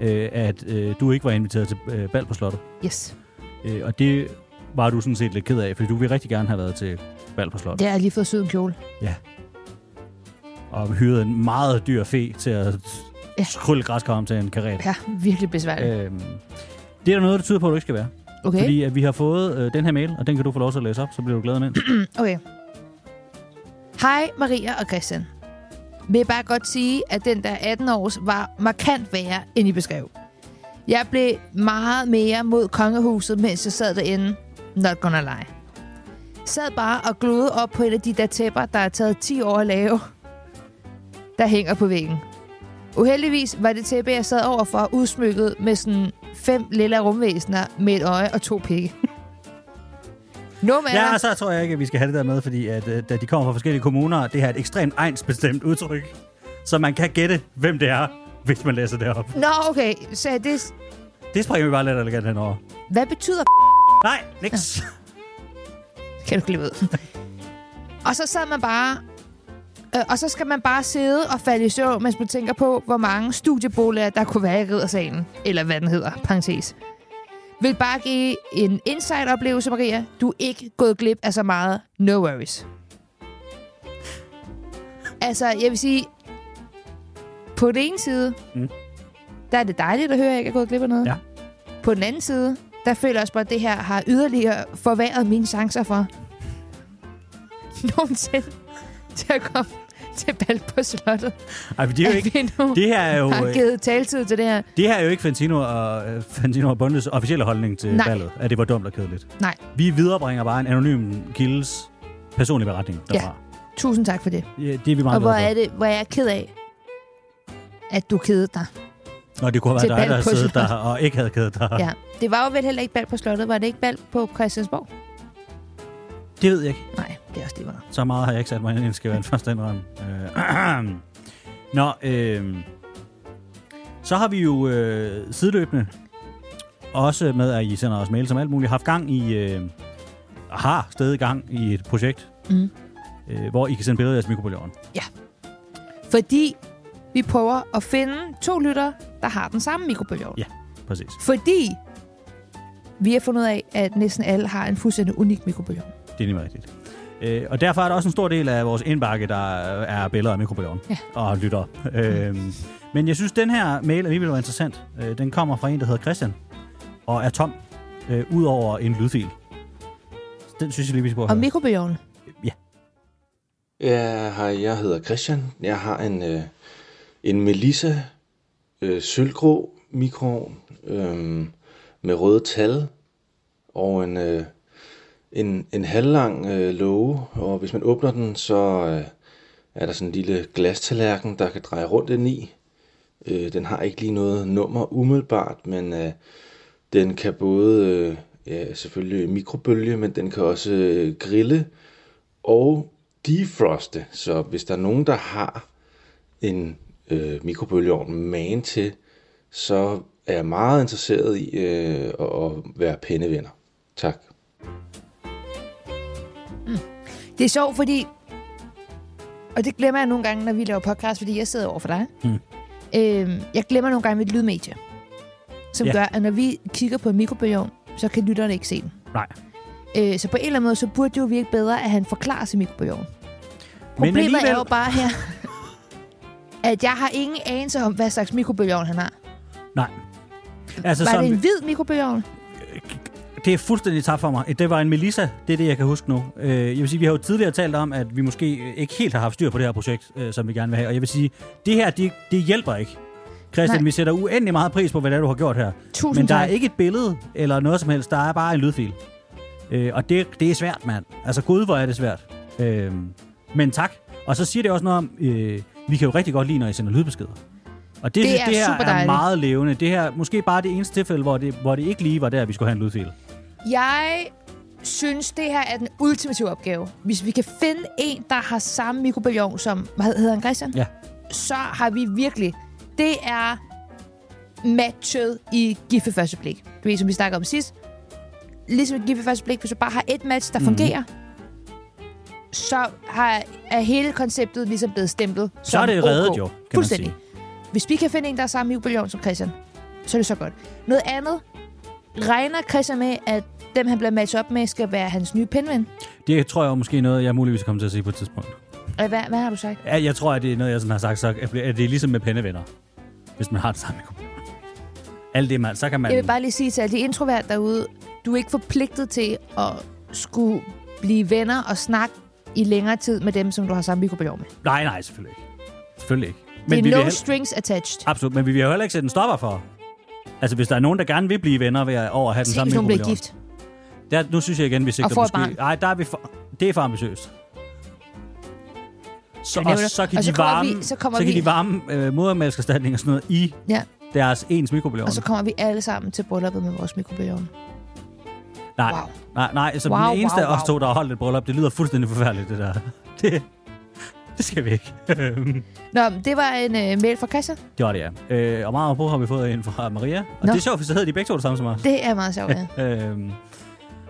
Speaker 1: øh, at øh, du ikke var inviteret til øh, bal på slottet.
Speaker 3: Yes.
Speaker 1: Øh, og det var du sådan set lidt ked af, fordi du ville rigtig gerne have været til bal på slottet.
Speaker 3: Det har jeg lige fået syet en kjole.
Speaker 1: Og hyret en meget dyr fe til at ja.
Speaker 3: Ja.
Speaker 1: skrulle græskar om til en karet.
Speaker 3: Ja, virkelig besværligt.
Speaker 1: Øh, det er der noget, der tyder på, at du ikke skal være.
Speaker 3: Okay,
Speaker 1: Fordi at vi har fået øh, den her mail, og den kan du få lov til at læse op, så bliver du glad med.
Speaker 3: okay. Hej Maria og Christian. vil jeg bare godt sige, at den der 18-års var markant værre, end I beskrev. Jeg blev meget mere mod kongehuset, mens jeg sad derinde. Not gonna lie. Sad bare og glodede op på et af de der tæpper, der er taget 10 år at lave, der hænger på væggen. Uheldigvis var det tæppe, jeg sad overfor, udsmykket med sådan fem lille rumvæsener med et øje og to *laughs* pikke. No matter.
Speaker 1: Ja, så tror jeg ikke, at vi skal have det der med, fordi at, øh, da de kommer fra forskellige kommuner, det her er et ekstremt egensbestemt udtryk. Så man kan gætte, hvem det er, hvis man læser det op.
Speaker 3: Nå, okay. Så det...
Speaker 1: Det springer vi bare lidt elegant henover.
Speaker 3: Hvad betyder
Speaker 1: Nej, niks.
Speaker 3: kan du klippe ud. og så sad man bare... Øh, og så skal man bare sidde og falde i søvn, mens man tænker på, hvor mange studieboliger, der kunne være i riddersalen. Eller hvad den hedder, parentes. Vil bare give en insight-oplevelse, Maria. Du er ikke gået glip af så meget. No worries. Altså, jeg vil sige... På den ene side,
Speaker 1: Mm.
Speaker 3: mm. der er det dejligt at høre, at jeg ikke er gået glip af noget.
Speaker 1: Ja.
Speaker 3: På den anden side, der føler jeg også bare, at det her har yderligere forværret mine chancer for *laughs* nogensinde til at komme til bal på slottet.
Speaker 1: Ej, men det er jo ikke...
Speaker 3: At vi nu
Speaker 1: Det her er jo,
Speaker 3: har
Speaker 1: øh,
Speaker 3: givet taltid til det her.
Speaker 1: det her er jo ikke Fantino og, øh, Fantino og Bundes officielle holdning til
Speaker 3: Nej.
Speaker 1: valget, at det var dumt og kedeligt.
Speaker 3: Nej.
Speaker 1: Vi viderebringer bare en anonym kildes personlige beretning derfra.
Speaker 3: Tusind tak for det.
Speaker 1: Ja. ja det er vi meget
Speaker 3: Og hvor
Speaker 1: glade for.
Speaker 3: er det, hvor er jeg ked af, at du kedede dig.
Speaker 1: Nå, det kunne have
Speaker 3: til
Speaker 1: været dig,
Speaker 3: bal
Speaker 1: der
Speaker 3: på
Speaker 1: sidder
Speaker 3: slottet.
Speaker 1: der og ikke havde kædet dig.
Speaker 3: Ja. Det var jo vel heller ikke bal på slottet. Var det ikke bal på Christiansborg?
Speaker 1: Det ved jeg ikke.
Speaker 3: Nej, det er også lige meget.
Speaker 1: Så meget har jeg ikke sat mig ind, i, skal jeg være en første indrømme. Øh, *clears throat* Nå, øh, så har vi jo øh, sideløbende, også med at I sender os mail som alt muligt, haft gang i, øh, har stadig gang i et projekt,
Speaker 3: Mm.
Speaker 1: øh, hvor I kan sende billeder af jeres mikrobølgeovn.
Speaker 3: Fordi vi prøver at finde to lyttere, der har den samme mikrobølgeovn.
Speaker 1: Ja, præcis.
Speaker 3: Fordi vi har fundet ud af, at næsten alle har en fuldstændig unik mikrobølgeovn.
Speaker 1: Det er nemlig rigtigt. Øh, og derfor er der også en stor del af vores indbakke, der er billeder af mikrobølgeovnen
Speaker 3: Ja.
Speaker 1: og lytter. Øh, men jeg synes, den her mail alligevel var interessant. Øh, den kommer fra en, der hedder Christian, og er tom, øh, ud over en lydfil. Så Den synes jeg lige, vi skal prøve at
Speaker 3: Og
Speaker 1: høre.
Speaker 3: mikrobølgeovnen,
Speaker 1: Ja.
Speaker 7: Ja, hej, jeg hedder Christian. Jeg har en, øh, en Melissa øh, sølvgrå mikroovn øh, med røde tal og en, øh, en, en halvlang øh, låge. Og hvis man åbner den, så øh, er der sådan en lille glastallerken, der kan dreje rundt ind i. Øh, den har ikke lige noget nummer umiddelbart, men øh, den kan både øh, ja, selvfølgelig mikrobølge, men den kan også øh, grille og defroste. Så hvis der er nogen, der har en øh, mikrobølgeovn magen til, så er jeg meget interesseret i øh, at, at være pindevenner. Tak.
Speaker 3: Det er sjovt, fordi... Og det glemmer jeg nogle gange, når vi laver podcast, fordi jeg sidder over for dig.
Speaker 1: Mm.
Speaker 3: Øhm, jeg glemmer nogle gange mit lydmedie, som
Speaker 1: Ja.
Speaker 3: gør, at når vi kigger på en mikrobølgeovn, så kan lytterne ikke se den.
Speaker 1: Nej. Altså
Speaker 3: Øh, så på en eller anden måde, så burde det jo virke bedre, at han forklarer sin mikrobølgeovn. Problemet
Speaker 1: alligevel-
Speaker 3: er jo bare
Speaker 1: *laughs*
Speaker 3: her, at jeg har ingen anelse om, hvad slags mikrobølgeovn han har.
Speaker 1: Nej. Altså,
Speaker 3: Var
Speaker 1: som,
Speaker 3: det en
Speaker 1: det,
Speaker 3: hvid mikrobølgeovn?
Speaker 1: det er fuldstændig tabt for mig. Det var en Melissa, det er det, jeg kan huske nu. Øh, jeg vil sige, vi har jo tidligere talt om, at vi måske ikke helt har haft styr på det her projekt, øh, som vi gerne vil have. Og jeg vil sige, det her, det, det hjælper ikke. Christian,
Speaker 3: Nej.
Speaker 1: Nej. vi sætter uendelig meget pris på, hvad det er, du har gjort her.
Speaker 3: Tusind
Speaker 1: Men der er
Speaker 3: tak.
Speaker 1: ikke et billede eller noget som helst. Der er bare en lydfil. Øh, og det, det er svært, mand. Altså, gud, hvor er det svært. Øh, men tak. Og så siger det også noget om, øh, vi kan jo rigtig godt lide, når I sender lydbeskeder. Og det,
Speaker 3: Det
Speaker 1: det,
Speaker 3: er
Speaker 1: det her
Speaker 3: super dejligt.
Speaker 1: er meget levende. Det her måske bare det eneste tilfælde, hvor det, hvor det ikke lige var der, vi skulle have en lydfil.
Speaker 3: Jeg synes, det her er den ultimative opgave. Hvis vi kan finde en, der har samme mikrobølgeovn som... Hvad hedder han? Christian?
Speaker 1: Ja.
Speaker 3: Så har vi virkelig... Det er matchet i gift ved første blik. Du ved, som vi snakkede om sidst. Ligesom i gift ved første blik, hvis du bare har et match, der
Speaker 1: Mhm.
Speaker 3: mm. fungerer, så har, er hele konceptet ligesom blevet stemplet.
Speaker 1: Så er det reddet jo, kan man
Speaker 3: Fuldstændig.
Speaker 1: sige.
Speaker 3: Hvis vi kan finde en, der er samme jubilæum som Christian, så er det så godt. Noget andet. Regner Christian med, at dem, han bliver matchet op med, skal være hans nye penven?
Speaker 1: Det tror jeg er måske noget, jeg muligvis kommer til at sige på et tidspunkt.
Speaker 3: Eller Hvad, hvad har du sagt?
Speaker 1: Ja, Jeg tror, at det er noget, jeg sådan har sagt, så at det er ligesom med pennevenner. Hvis man har det samme Alt det, man, så kan man...
Speaker 3: Jeg vil bare lige sige til alle de introvert derude, du er ikke forpligtet til at skulle blive venner og snakke i længere tid med dem, som du har samme mikrobølgeovn med.
Speaker 1: Nej, nej, selvfølgelig ikke. Selvfølgelig ikke.
Speaker 3: Det er
Speaker 1: vi vil Ah,
Speaker 3: no
Speaker 1: heller-
Speaker 3: strings attached.
Speaker 1: Absolut, men vi vil jo heller ikke sætte en stopper for. Altså, hvis der er nogen, der gerne vil blive venner ved at over at have den
Speaker 3: Se,
Speaker 1: samme
Speaker 3: hvis hun bliver
Speaker 1: mikrobølgeovn.
Speaker 3: gift.
Speaker 1: Der, nu synes jeg igen, vi sigter
Speaker 3: får et barn.
Speaker 1: måske... Nej, der er vi for... Det er for ambitiøst. Så,
Speaker 3: Jeg
Speaker 1: og
Speaker 3: nævner-
Speaker 1: så kan
Speaker 3: og så
Speaker 1: de
Speaker 3: kommer
Speaker 1: varme,
Speaker 3: vi- så kommer
Speaker 1: kan
Speaker 3: vi-
Speaker 1: de varme øh, modermælkerstatning og sådan noget i
Speaker 3: Ja.
Speaker 1: deres ens mikrobølgeovn.
Speaker 3: Og så kommer vi alle sammen til brylluppet med vores mikrobiom.
Speaker 1: Nej,
Speaker 3: Wow.
Speaker 1: nej, nej. Så
Speaker 3: Wow,
Speaker 1: wow, den eneste
Speaker 3: wow,
Speaker 1: wow, wow. af os
Speaker 3: wow.
Speaker 1: to, der har holdt et bryllup, det lyder fuldstændig forfærdeligt, det der. *laughs* Det, det skal vi ikke. *laughs*
Speaker 3: Nå, men det var en øh, mail fra Christian.
Speaker 1: det var det, ja. Øh, og meget på har vi fået en fra Maria. Og
Speaker 3: Nå.
Speaker 1: Nå. det er sjovt, for så hedder de begge to det samme som os.
Speaker 3: Det er meget sjovt, ja.
Speaker 1: Øhm,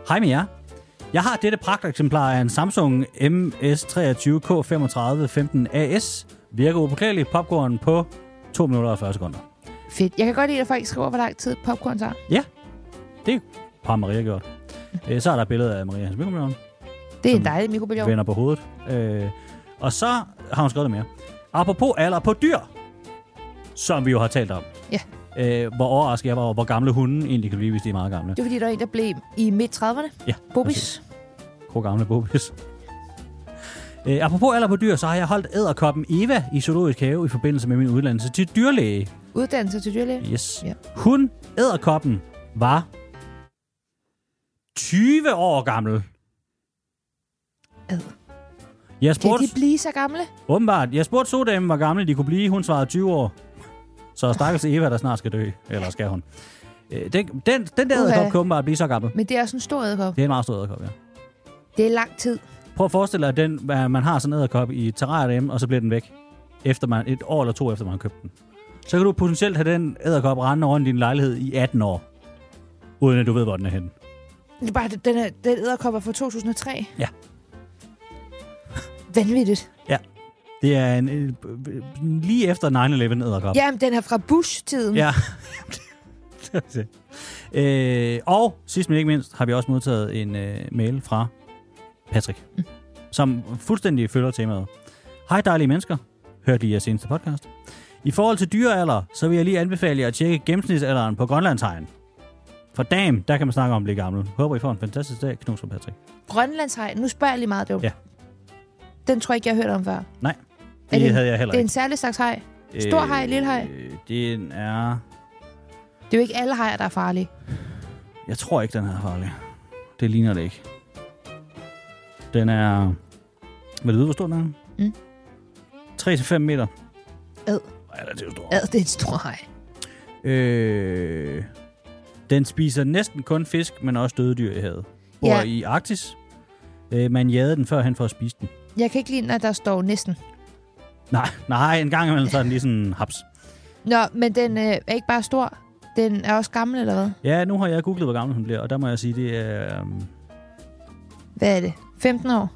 Speaker 1: Hej med jer. Jeg har dette pragteksemplar af en Samsung MS23K3515AS. Virker upåklageligt popcorn på 2 minutter og 40 sekunder.
Speaker 3: Fedt. Jeg kan godt lide, at folk skriver, hvor lang tid popcorn tager.
Speaker 1: Det har Maria gjort. Øh, så er der et billede af Maria i hans mikrofon.
Speaker 3: Det er en
Speaker 1: Som
Speaker 3: dejlig mikrobiom.
Speaker 1: Vender på hovedet. Øh, og så har hun skrevet det mere. Apropos alder på dyr, som vi jo har talt om.
Speaker 3: Ja.
Speaker 1: Øh, hvor overrasket jeg var over, hvor gamle hunden egentlig kan blive, hvis de er meget gamle.
Speaker 3: Det var fordi, der var en, der blev i midt-30'erne.
Speaker 1: Ja,
Speaker 3: Bobis.
Speaker 1: Kro gamle bobis. Øh, apropos alder på dyr, så har jeg holdt æderkoppen Eva i zoologisk have i forbindelse med min uddannelse til dyrlæge.
Speaker 3: Uddannelse til dyrlæge.
Speaker 1: Yes.
Speaker 3: Ja.
Speaker 1: Hun, æderkoppen, var 20 år gammel.
Speaker 3: Ad.
Speaker 1: Jeg
Speaker 3: Kan
Speaker 1: spurgte,
Speaker 3: de blive så gamle?
Speaker 1: åbenbart, jeg spurgte sodamen, hvor gamle de kunne blive. Hun svarede 20 år. Så stakkels Eva, der snart skal dø. Eller skal hun? Øh, den, den, den der
Speaker 3: Uha.
Speaker 1: æderkop kunne åbenbart blive så gammel.
Speaker 3: Men det er også en stor æderkop.
Speaker 1: Det er en meget stor æderkop, ja.
Speaker 3: Det er lang tid.
Speaker 1: Prøv at forestille dig, at den, at man har sådan en æderkop i et terrariet derhjemme, og så bliver den væk. Efter man, et år eller to efter, man har købt den. Så kan du potentielt have den æderkop rendende rundt i din lejlighed i 18 år. Uden at du ved, hvor den er henne.
Speaker 3: Det er bare, den, er, den æderkop er fra 2003.
Speaker 1: Ja.
Speaker 3: Vanvittigt.
Speaker 1: Det er en, øh, øh, lige efter 9-11 æderkop.
Speaker 3: Jamen, den er fra Bush-tiden.
Speaker 1: Ja. *laughs* øh, og sidst men ikke mindst har vi også modtaget en øh, mail fra Patrick, mm. som fuldstændig følger temaet. Hej dejlige mennesker. Hørte lige jeres seneste podcast. I forhold til dyrealder, så vil jeg lige anbefale jer at tjekke gennemsnitsalderen på Grønlandshegn. For damn, der kan man snakke om at blive gammel. Håber I får en fantastisk dag. Knus fra Patrick.
Speaker 3: Grønlandshegn. Nu spørger jeg lige meget, dumt.
Speaker 1: Ja.
Speaker 3: Den tror jeg ikke, jeg har hørt om før.
Speaker 1: Nej,
Speaker 3: Er
Speaker 1: det,
Speaker 3: det en-
Speaker 1: havde jeg heller
Speaker 3: Det er
Speaker 1: ikke.
Speaker 3: en særlig slags hej. stor haj, lille haj?
Speaker 1: Øh, Den er...
Speaker 3: Det er jo ikke alle hajer, der er farlige.
Speaker 1: Jeg tror ikke, den er farlig. Det ligner det ikke. Den er... Vil du vide, hvor stor den er?
Speaker 3: Mm.
Speaker 1: 3-5 meter.
Speaker 3: Ad.
Speaker 1: Relativt stor.
Speaker 3: Ad, det er en stor hej.
Speaker 1: Øh, den spiser næsten kun fisk, men også døde dyr i havet. Bor
Speaker 3: Ja.
Speaker 1: ja. i Arktis. Øh, man jagede den førhen for at spise den.
Speaker 3: Jeg kan ikke lide, når der står næsten.
Speaker 1: Nej, nej, en gang imellem så er den lige sådan haps.
Speaker 3: Nå, men den øh, er ikke bare stor. Den er også gammel, eller hvad?
Speaker 1: Ja, nu har jeg googlet, hvor gammel hun bliver, og der må jeg sige, det er... øhm,
Speaker 3: Hvad er det? 15 år?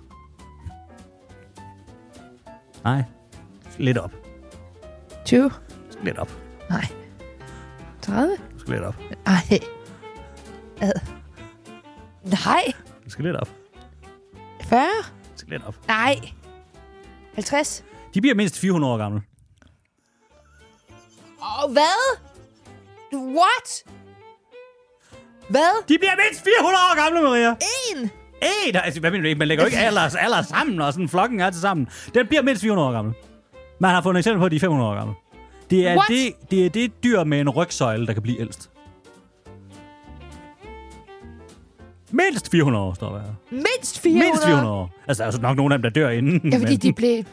Speaker 1: nej, lidt op.
Speaker 3: 20?
Speaker 1: Lidt op.
Speaker 3: Nej. 30?
Speaker 1: Lidt op.
Speaker 3: Ej. Ad. Nej.
Speaker 1: Lidt op.
Speaker 3: 40?
Speaker 1: Lidt op.
Speaker 3: Nej. 50?
Speaker 1: De bliver mindst 400 år gamle.
Speaker 3: Og hvad? What? Hvad?
Speaker 1: De bliver mindst 400 år gamle, Maria.
Speaker 3: En?
Speaker 1: Ej, der, altså, hvad mener du ikke? Man lægger jo ikke alders, alder sammen, og sådan flokken er til sammen. Den bliver mindst 400 år gammel. Man har fundet eksempel på, at de er 500 år gamle. Det er
Speaker 3: What?
Speaker 1: det, det er det dyr med en rygsøjle, der kan blive ældst. Mindst 400 år, står der. her.
Speaker 3: Mindst 400?
Speaker 1: Mindst 400 år. Altså, der er jo nok nogen af dem, der dør inden.
Speaker 3: Ja, fordi
Speaker 1: men
Speaker 3: de blev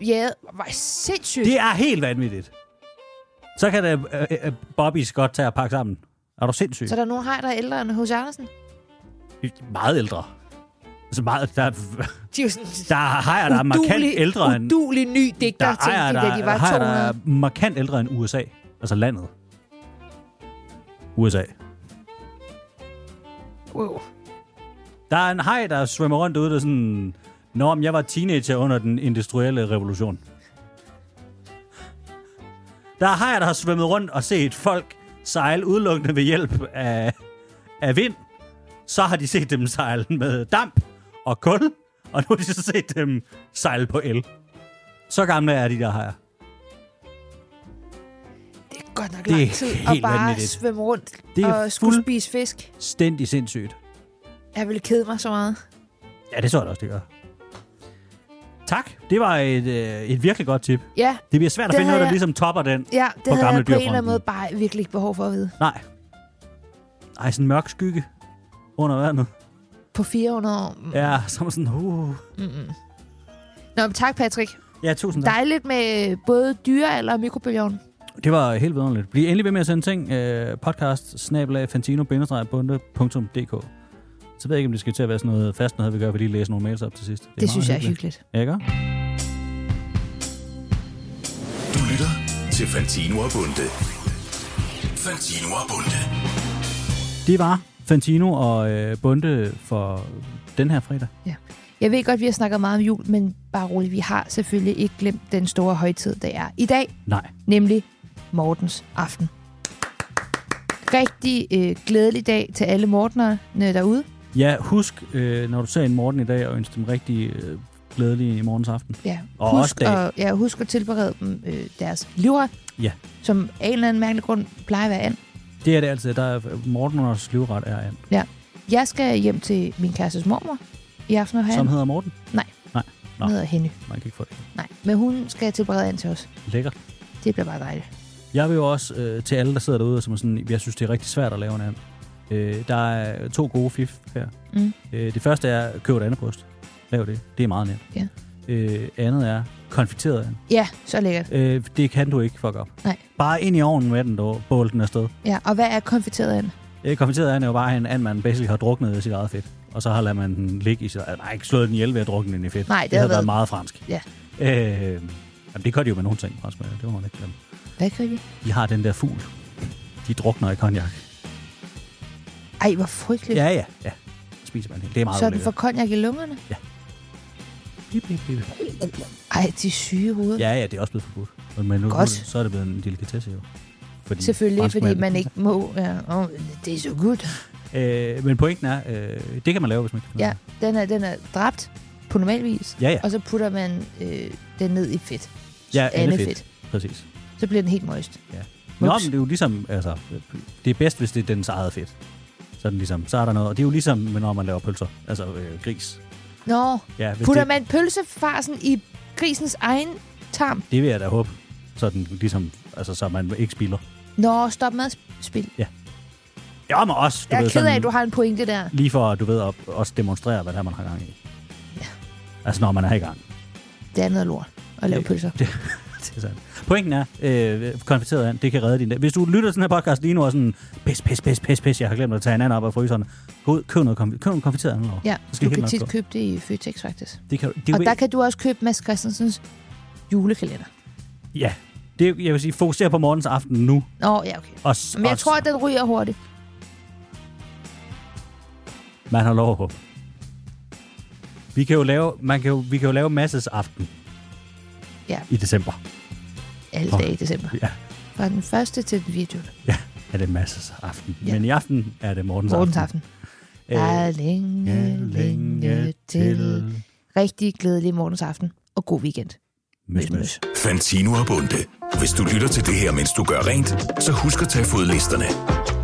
Speaker 3: jaget. Hvor sindssygt.
Speaker 1: Det er helt vanvittigt. Så kan det, øh, øh, Bobby's godt tage og pakke sammen. Er du sindssyg?
Speaker 3: Så er der nogen hej, der er ældre end hos Andersen?
Speaker 1: Meget ældre. Altså meget, der,
Speaker 3: De er jo sådan
Speaker 1: der er hajer, der er markant ældre end...
Speaker 3: udulig ny digter, der
Speaker 1: Der er
Speaker 3: tænkte
Speaker 1: ejere,
Speaker 3: de, da de
Speaker 1: der,
Speaker 3: var
Speaker 1: ejere,
Speaker 3: 200.
Speaker 1: der er markant ældre end USA. Altså landet. USA.
Speaker 3: Wow.
Speaker 1: Der er en haj, der svømmer rundt ude, der sådan... Nå, men jeg var teenager under den industrielle revolution. Der er hajer, der har svømmet rundt og set folk sejle udelukkende ved hjælp af, af vind. Så har de set dem sejle med damp og kul, og nu har de så set dem sejle på el. Så gamle er de der hajer.
Speaker 3: Det er godt nok
Speaker 1: Det er
Speaker 3: lang tid at
Speaker 1: helt
Speaker 3: bare
Speaker 1: vanvittigt.
Speaker 3: svømme rundt
Speaker 1: Det er
Speaker 3: og skulle
Speaker 1: fuld-
Speaker 3: spise fisk.
Speaker 1: Stændig sindssygt.
Speaker 3: Jeg ville kede mig så meget.
Speaker 1: Ja, det så jeg da også, det gør. Tak. Det var et, øh, et virkelig godt tip.
Speaker 3: Ja,
Speaker 1: Det bliver svært at
Speaker 3: Det
Speaker 1: finde noget,
Speaker 3: havde
Speaker 1: der
Speaker 3: jeg-
Speaker 1: ligesom topper
Speaker 3: *laughs*
Speaker 1: den.
Speaker 3: ja det
Speaker 1: På
Speaker 3: havde
Speaker 1: gamle
Speaker 3: jeg på en eller
Speaker 1: dyrfronten.
Speaker 3: anden måde bare virkelig ikke behov for at vide.
Speaker 1: Nej. Ej, sådan en mørk skygge under vandet.
Speaker 3: Mm. På 400 år. Mm.
Speaker 1: Ja, så er man sådan, uh.
Speaker 3: Nå, men tak Patrick.
Speaker 1: Ja, tusind tak.
Speaker 3: Dejligt med både dyre eller mikrobølgeovn.
Speaker 1: Det var helt vidunderligt. Bliv endelig ved med at sende ting. Øh, podcast snabel fantino bundedk Så ved jeg ikke, om det skal til at være sådan noget fast noget, vi gør, for lige læse nogle mails op til sidst. Det, er
Speaker 3: Det,
Speaker 1: meget
Speaker 3: det synes jeg er hyggeligt.
Speaker 1: Ja, Ikke?
Speaker 2: Du lytter til Fantino og Bunde. Fantino og Bunde.
Speaker 1: Det var Fantino og øh, Bunde for den her fredag.
Speaker 3: Jeg ved godt, vi har snakket meget om jul, men bare roligt, vi har selvfølgelig ikke glemt den store højtid, der er i dag,
Speaker 1: Nej.
Speaker 3: nemlig Mortens aften. Rigtig øh, glædelig dag til alle Mortenerne derude.
Speaker 1: Ja, husk, øh, når du ser en Morten i dag, og ønske dem rigtig øh, glædelig i morgens aften.
Speaker 3: Ja,
Speaker 1: Og også
Speaker 3: husk,
Speaker 1: dag.
Speaker 3: at, ja, husk at tilberede dem øh, deres livret,
Speaker 1: Ja.
Speaker 3: som af en eller anden mærkelig grund plejer at være and.
Speaker 1: Det er det altid. Der er, Morten og livret er an,
Speaker 3: Jeg skal hjem til min kærestes mormor i aften og have
Speaker 1: som
Speaker 3: and.
Speaker 1: hedder Morten. Nå.
Speaker 3: Hun hedder Henny.
Speaker 1: Man kan ikke få det.
Speaker 3: Nej, men hun skal tilberede and til os.
Speaker 1: Lækkert.
Speaker 3: Det bliver bare dejligt.
Speaker 1: Jeg vil jo også øh, til alle, der sidder derude, og som er sådan, jeg synes, det er rigtig svært at lave en and. Øh, der er to gode fif her.
Speaker 3: Mm.
Speaker 1: Øh, det første er, køb et andet bryst. Lav det. Det er meget nemt.
Speaker 3: Ja.
Speaker 1: Øh, andet er, konfiteret and.
Speaker 3: Ja, så lækkert.
Speaker 1: Øh, det kan du ikke fuck op.
Speaker 3: Nej.
Speaker 1: Bare ind i ovnen med den, dog, bål den afsted.
Speaker 3: Ja, og hvad er konfiteret and?
Speaker 1: Øh, konfiteret and er jo bare en and, man basically har druknet i sit eget fedt. Og så har ladet man den ligge i sit eget... Nej, ikke slået den ihjel ved at drukke den ind i fedt.
Speaker 3: Nej, det
Speaker 1: det havde
Speaker 3: havde
Speaker 1: været
Speaker 3: været-
Speaker 1: meget fransk.
Speaker 3: Ja.
Speaker 1: Øh, jamen, det gør de jo med nogle ting, fransk. Det må man ikke glemme.
Speaker 3: Hvad kan vi?
Speaker 1: De har den der fugl. De drukner i konjak.
Speaker 3: Ej, hvor frygteligt.
Speaker 1: Ja, ja, ja. Spiser man helt. Det er meget
Speaker 3: så den
Speaker 1: ulækkert.
Speaker 3: får konjak i lungerne?
Speaker 1: Bip, bip, bip.
Speaker 3: Ej, de syge hoveder. Ja.
Speaker 1: Ja, ja, det er også blevet forbudt. Men nu,
Speaker 3: Godt.
Speaker 1: Nu, så er det blevet en delikatesse jo. Fordi
Speaker 3: Selvfølgelig, fordi
Speaker 1: franskmænd-
Speaker 3: man ikke må. Ja. Oh, det er så godt.
Speaker 1: Øh, men pointen er, øh, det kan man lave, hvis man kan.
Speaker 3: Ja, den er, den er dræbt på normal vis.
Speaker 1: Ja, ja.
Speaker 3: Og så putter man øh, den ned i fedt.
Speaker 1: Ja,
Speaker 3: andet
Speaker 1: fedt. Præcis.
Speaker 3: Så bliver den helt moist.
Speaker 1: Ja. Nå,
Speaker 3: Ups.
Speaker 1: men det er jo ligesom, altså, det er bedst, hvis det er dens eget fedt. Sådan ligesom, så er der noget. Og det er jo ligesom, når man laver pølser. Altså øh, gris.
Speaker 3: Nå,
Speaker 1: Ja, hvis
Speaker 3: putter
Speaker 1: det,
Speaker 3: man pølsefarsen i grisens egen tarm?
Speaker 1: det vil jeg da håbe. Sådan ligesom, altså, så man ikke spilder.
Speaker 3: Nå, stop madspil.
Speaker 1: Ja, men også, du
Speaker 3: Jeg
Speaker 1: ved,
Speaker 3: er ked af,
Speaker 1: sådan-
Speaker 3: at du har en pointe der.
Speaker 1: Lige for, du ved, at også demonstrere, hvad det er, man har gang i. Ja. Altså, når man er i gang.
Speaker 3: Det er noget lort at lave
Speaker 1: Det-
Speaker 3: pølser.
Speaker 1: Det er sandt. Pointen er, øh, konfiteret and, det kan redde din dag. Hvis du lytter til den her podcast lige nu og sådan, pis, pis, pis, pis, pis, jeg har glemt at tage en anden op af fryseren. Gå ud, køb noget, konf- køb noget konfiteret and. Laura.
Speaker 3: Ja,
Speaker 1: Så skal
Speaker 3: du
Speaker 1: det
Speaker 3: kan
Speaker 1: helt nok
Speaker 3: tit
Speaker 1: gå.
Speaker 3: købe det i Føtex faktisk.
Speaker 1: Det kan, det er
Speaker 3: Og
Speaker 1: jo,
Speaker 3: der kan du også købe Mads Christensens julekalender.
Speaker 1: Ja, det, er- jeg vil sige, fokuser på morgens aften nu.
Speaker 3: Nå, ja, okay.
Speaker 1: Og, s-
Speaker 3: Men jeg
Speaker 1: og s-
Speaker 3: tror, at den ryger hurtigt.
Speaker 1: Man har lov at håbe. Vi kan jo lave, man kan jo, vi kan jo lave masses aften
Speaker 3: Ja.
Speaker 1: i december.
Speaker 3: Alle
Speaker 1: Fuck.
Speaker 3: dage i december.
Speaker 1: Ja,
Speaker 3: Fra den første til den 24.
Speaker 1: ja er det masses aften.
Speaker 3: Ja.
Speaker 1: Men i aften er det morgens,
Speaker 3: Morgens
Speaker 1: aften.
Speaker 3: aften.
Speaker 1: Øh,
Speaker 3: Der er længe, længe til. Rigtig glædelig morgens aften. Og god weekend.
Speaker 1: Møs, møs.
Speaker 2: Fantino og Bunde. Hvis du lytter til det her, mens du gør rent, så husk at tage fodlisterne.